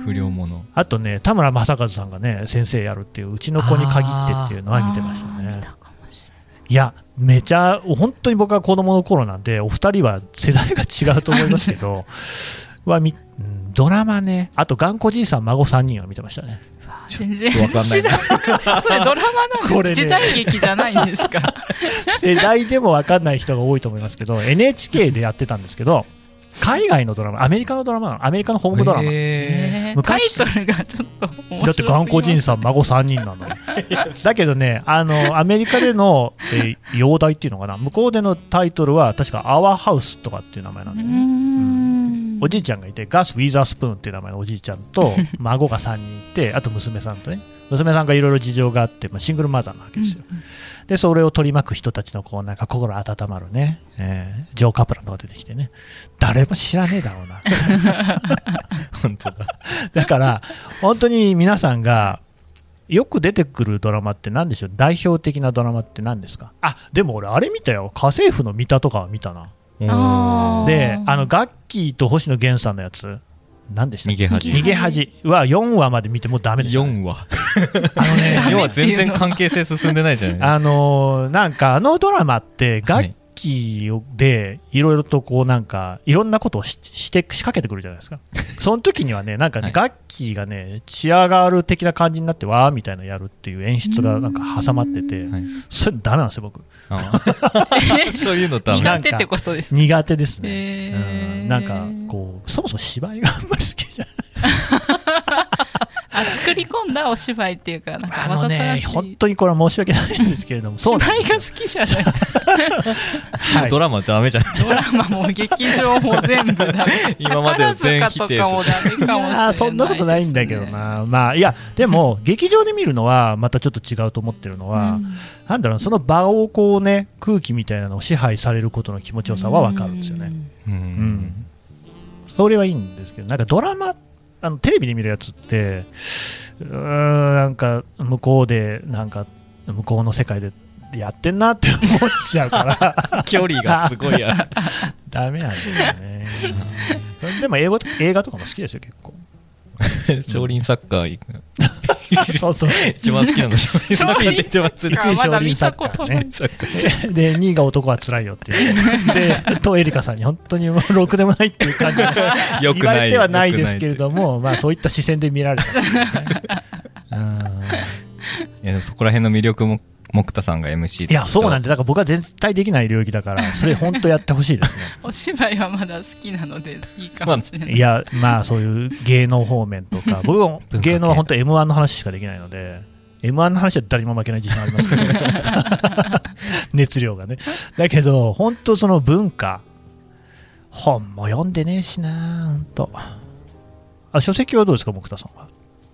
Speaker 1: 不良もの
Speaker 2: あとね田村正和さんがね先生やるっていううちの子に限ってっていうのは見てましたねいやめちゃ本当に僕は子供の頃なんでお二人は世代が違うと思いますけど はみうんドラマねあと頑固じいさん孫3人は見てましたね
Speaker 3: 全然
Speaker 1: わかんないな
Speaker 3: それドラマなんです
Speaker 2: これ
Speaker 3: か、
Speaker 2: ね
Speaker 3: 時代劇じゃないんですか
Speaker 2: 世代でも分かんない人が多いと思いますけど NHK でやってたんですけど海外のドラマアメリカのドラマなのアメリカのホームドラマ、
Speaker 1: え
Speaker 3: えータイ
Speaker 2: 昔
Speaker 3: トルがちょっと面白すぎます
Speaker 2: だって頑固人さん孫3人なのにだけどねあのアメリカでの、えー洋題っていうのかな向こうでのタイトルは確か「アワーハウス」とかっていう名前なん
Speaker 3: う
Speaker 2: だ
Speaker 3: ー
Speaker 2: よね
Speaker 3: ん
Speaker 2: おじいちゃんがいてガス・ウィザースプーンっていう名前のおじいちゃん と孫が3人いてあと娘さんとね娘さんがいろいろ事情があって、まあ、シングルマザーなわけですよ、でそれを取り巻く人たちのこうなんか心温まるね、えージョー・カプランとか出てきてね誰も知らねえだろうな
Speaker 1: ー、本当だ
Speaker 2: だから本当に皆さんがよく出てくるドラマって何でしょう代表的なドラマって何ですかあでも俺あれ見たよ家政婦の三田とかは見たな
Speaker 3: あー
Speaker 2: であのガッキーと星野源さんのやつ何でした
Speaker 1: 逃げ恥
Speaker 2: 逃げ恥は4話まで見てもうダメでしたね、
Speaker 1: 4話
Speaker 2: あ のね
Speaker 1: 要は全然関係性進んでないじゃない
Speaker 2: あのーなんかあのドラマって楽器でいろいろとこうなんかいろんなことをしして仕掛けてくるじゃないです かその時にはねなんか
Speaker 1: は
Speaker 2: ね、
Speaker 1: い
Speaker 2: 楽器がねチアガール的な感じになってわーみたいなのやるっていう演出がなんか挟まってて
Speaker 1: はい
Speaker 2: それダメなんですよ僕
Speaker 1: あ そういうのダメ
Speaker 3: 苦手ってことですね。
Speaker 2: 苦手ですね、
Speaker 3: へー
Speaker 2: うんなんかこうそもそも芝居があんまり好きじゃない
Speaker 3: あ作り込んだお芝居っていうか、なんか
Speaker 2: あの
Speaker 3: わざとら
Speaker 2: ね
Speaker 3: しい。
Speaker 2: 本当にこれは申し訳ないんですけれどもそうなん
Speaker 3: 芝
Speaker 2: で
Speaker 3: 居
Speaker 2: す
Speaker 3: が
Speaker 2: よ
Speaker 3: 好きじゃない。
Speaker 2: はい
Speaker 1: ドラマダメじゃん
Speaker 3: ドラマも劇場も全部 ダメ。
Speaker 1: 今までは全否定する
Speaker 3: 宝塚とかもダメかもしれないですね
Speaker 2: あーそんなことないんだけど。な、まあ、いや、でも、劇場で見るのは、またちょっと違うと思ってるのは、
Speaker 3: うん
Speaker 2: なんだろう、その場をこうね、空気みたいなのを支配されることの気持ちよさはわかるんですよね。。
Speaker 1: うん
Speaker 2: んそれはいいんですけど、なんかドラマ、あのテレビで見るやつって、うーん、なんか向こうで、なんか向こうの世界でやってんなって思っちゃうから、
Speaker 1: 距離がすごいある
Speaker 2: ダメなんですよね。それでも英語と映画とかも好きですよ、結構。
Speaker 1: 少林サッカー
Speaker 2: そうそう
Speaker 1: 一番好きなの少林サッカーって一番好き
Speaker 2: 一時少
Speaker 3: まだ
Speaker 2: 林
Speaker 3: 見
Speaker 2: サ
Speaker 3: た
Speaker 2: ッカ
Speaker 3: こと
Speaker 2: ー
Speaker 3: な
Speaker 2: ね
Speaker 3: い。
Speaker 2: で2位が男は辛いよっていうでとエリカさんに本当にもうろくでもないっていう感じで
Speaker 1: よくない
Speaker 2: 言われてはないですけれどもまあそういった視線で見られ たんですよね
Speaker 1: いやそこら辺の魅力も木田さんが MC
Speaker 2: うんいやそうなん
Speaker 1: で
Speaker 2: でだから僕は絶対できない領域だからそれ本当やってほしいです
Speaker 3: お芝居はまだ好きなのでいいかもしれな
Speaker 2: ね
Speaker 3: い。
Speaker 2: いやまあそういう芸能方面と か僕は
Speaker 1: 系
Speaker 2: 芸能は本当 m 1の話しかできないので m 1の話は誰にも負けない自信あり ますけど熱量がねだけど本当その文化本も読んでねえしな本当あ書籍はどうですか木田さんは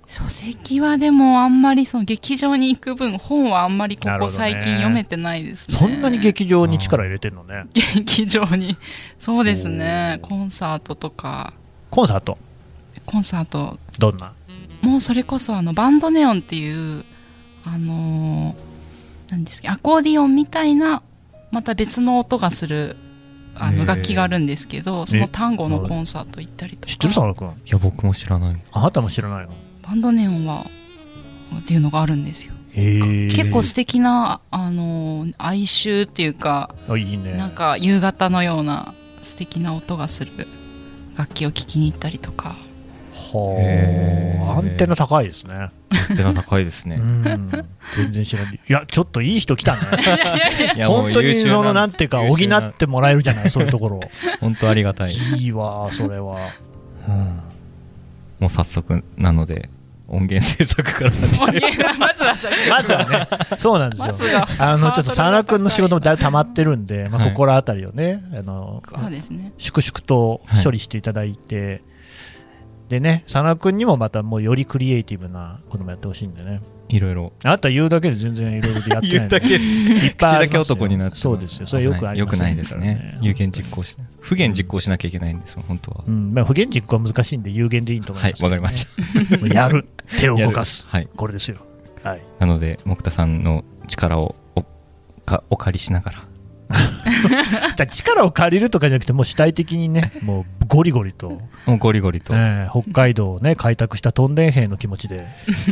Speaker 3: 書籍はでもあんまりその劇場に行く分本はあんまりこ
Speaker 2: なる
Speaker 3: こ
Speaker 2: ほどね
Speaker 3: 最近読めてないですね
Speaker 2: そんなに劇場に力入れてるのね
Speaker 3: 劇場にそうですね
Speaker 2: おー
Speaker 3: コンサートとか
Speaker 2: コンサート
Speaker 3: コンサート
Speaker 2: どんな
Speaker 3: もうそれこそあのバンドネオンっていうあのーなんですけどアコーディオンみたいなまた別の音がするあ
Speaker 1: へ
Speaker 3: の
Speaker 1: ー
Speaker 3: 楽器があるんですけどその単語のコンサート行ったりとか
Speaker 2: 知ってる佐野君
Speaker 1: いや僕も知らない
Speaker 2: あなたも知らないの
Speaker 3: バンドネオンはっていうのがあるんですよ結
Speaker 2: 結
Speaker 3: 構素敵なあのー哀愁っていうか
Speaker 2: 構いいね
Speaker 3: なんか夕方のような素敵な音がする楽器を聴きに行ったりとか
Speaker 1: へ
Speaker 2: は
Speaker 1: ー
Speaker 2: あアンテナ高いですね
Speaker 1: 手が高いですね
Speaker 2: うん全然知らない。いや、ちょっといい人来たね。
Speaker 1: いやもう
Speaker 2: 本当に
Speaker 1: 優秀
Speaker 2: そのなんていうか補
Speaker 1: 優秀な
Speaker 2: ってもらえるじゃない、そういうところを。
Speaker 1: 本当ありがたい
Speaker 2: いいわ、それは。
Speaker 1: もう早速なので音源制作から始
Speaker 3: も
Speaker 1: め
Speaker 3: う言え ないまずはさ
Speaker 2: まず はね、そうなんです
Speaker 3: まず
Speaker 2: よ。
Speaker 3: は
Speaker 2: あの、ちょっと佐野君の仕事もだいぶ溜まってるんで、まあ、
Speaker 1: はい
Speaker 2: 心当たりをね、あの、
Speaker 3: そうですね
Speaker 2: 粛々と処理していただいて、でね、佐野君にもまたもうよりクリエイティブなこともやってほしいんでね。
Speaker 1: いろいろ
Speaker 2: あなた言うだけで全然いろいろやってない
Speaker 1: 言
Speaker 2: の
Speaker 1: うだけ
Speaker 2: いっぱ
Speaker 1: 口
Speaker 2: いありますよ
Speaker 1: だけ男になってます
Speaker 2: そうですよ。それよくあり
Speaker 1: よ
Speaker 2: ます
Speaker 1: くないですね有言実行しない不言実行しなきゃいけないんですよ本当は
Speaker 2: うん、まあ、不現実は難しいんで有限でいいと思
Speaker 1: はいい
Speaker 2: ます、
Speaker 1: わかりました
Speaker 2: もうやる、手を動かす、
Speaker 1: はい
Speaker 2: これですよ。はい、
Speaker 1: なので木田さんの力をおかお借りしながら
Speaker 2: だから力を借りるとかじゃなくて、もう主体的にね、もうゴリゴリと、
Speaker 1: もうゴリゴリと、
Speaker 2: ええ北海道をね、開拓したトンデン兵の気持ちで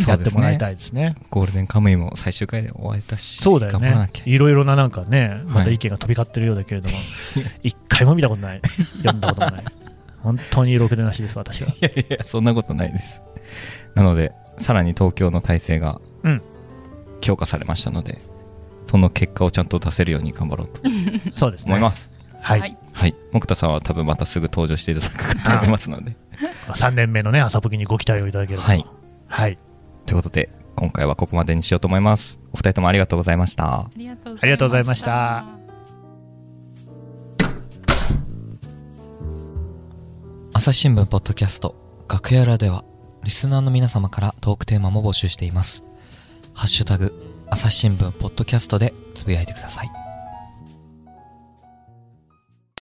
Speaker 2: やってもらいたいですね。
Speaker 1: ゴールデンカムイも最終回で終えたし
Speaker 2: そうだよ
Speaker 1: 頑張らな
Speaker 2: ね
Speaker 1: きゃ。
Speaker 2: いろいろななんかね、まだ意見が飛び交ってるようだけ れども、一回も見たことない。読んだこともない。本当にろくでなしです、私は。
Speaker 1: いやいやそんなことないですなのでさらに東京の体制が
Speaker 2: うん
Speaker 1: 強化されましたので、その結果をちゃんと出せるように頑張ろうと
Speaker 2: そうですね。
Speaker 1: 思います、
Speaker 2: はい。
Speaker 3: はい
Speaker 1: はい木田さんは多分またすぐ登場していただくかと思いますので
Speaker 2: 3年目のね、朝ぼきにご期待をいただけれ ば。
Speaker 1: はい。
Speaker 2: はい。
Speaker 1: ということで今回はここまでにしようと思いますお二人ともありがとうございました
Speaker 3: ありがとう
Speaker 2: ありがとうございました
Speaker 1: 朝日新聞ポッドキャスト楽屋裏ではリスナーの皆様からトークテーマも募集していますハッシュタグ朝日新聞ポッドキャストでつぶやいてください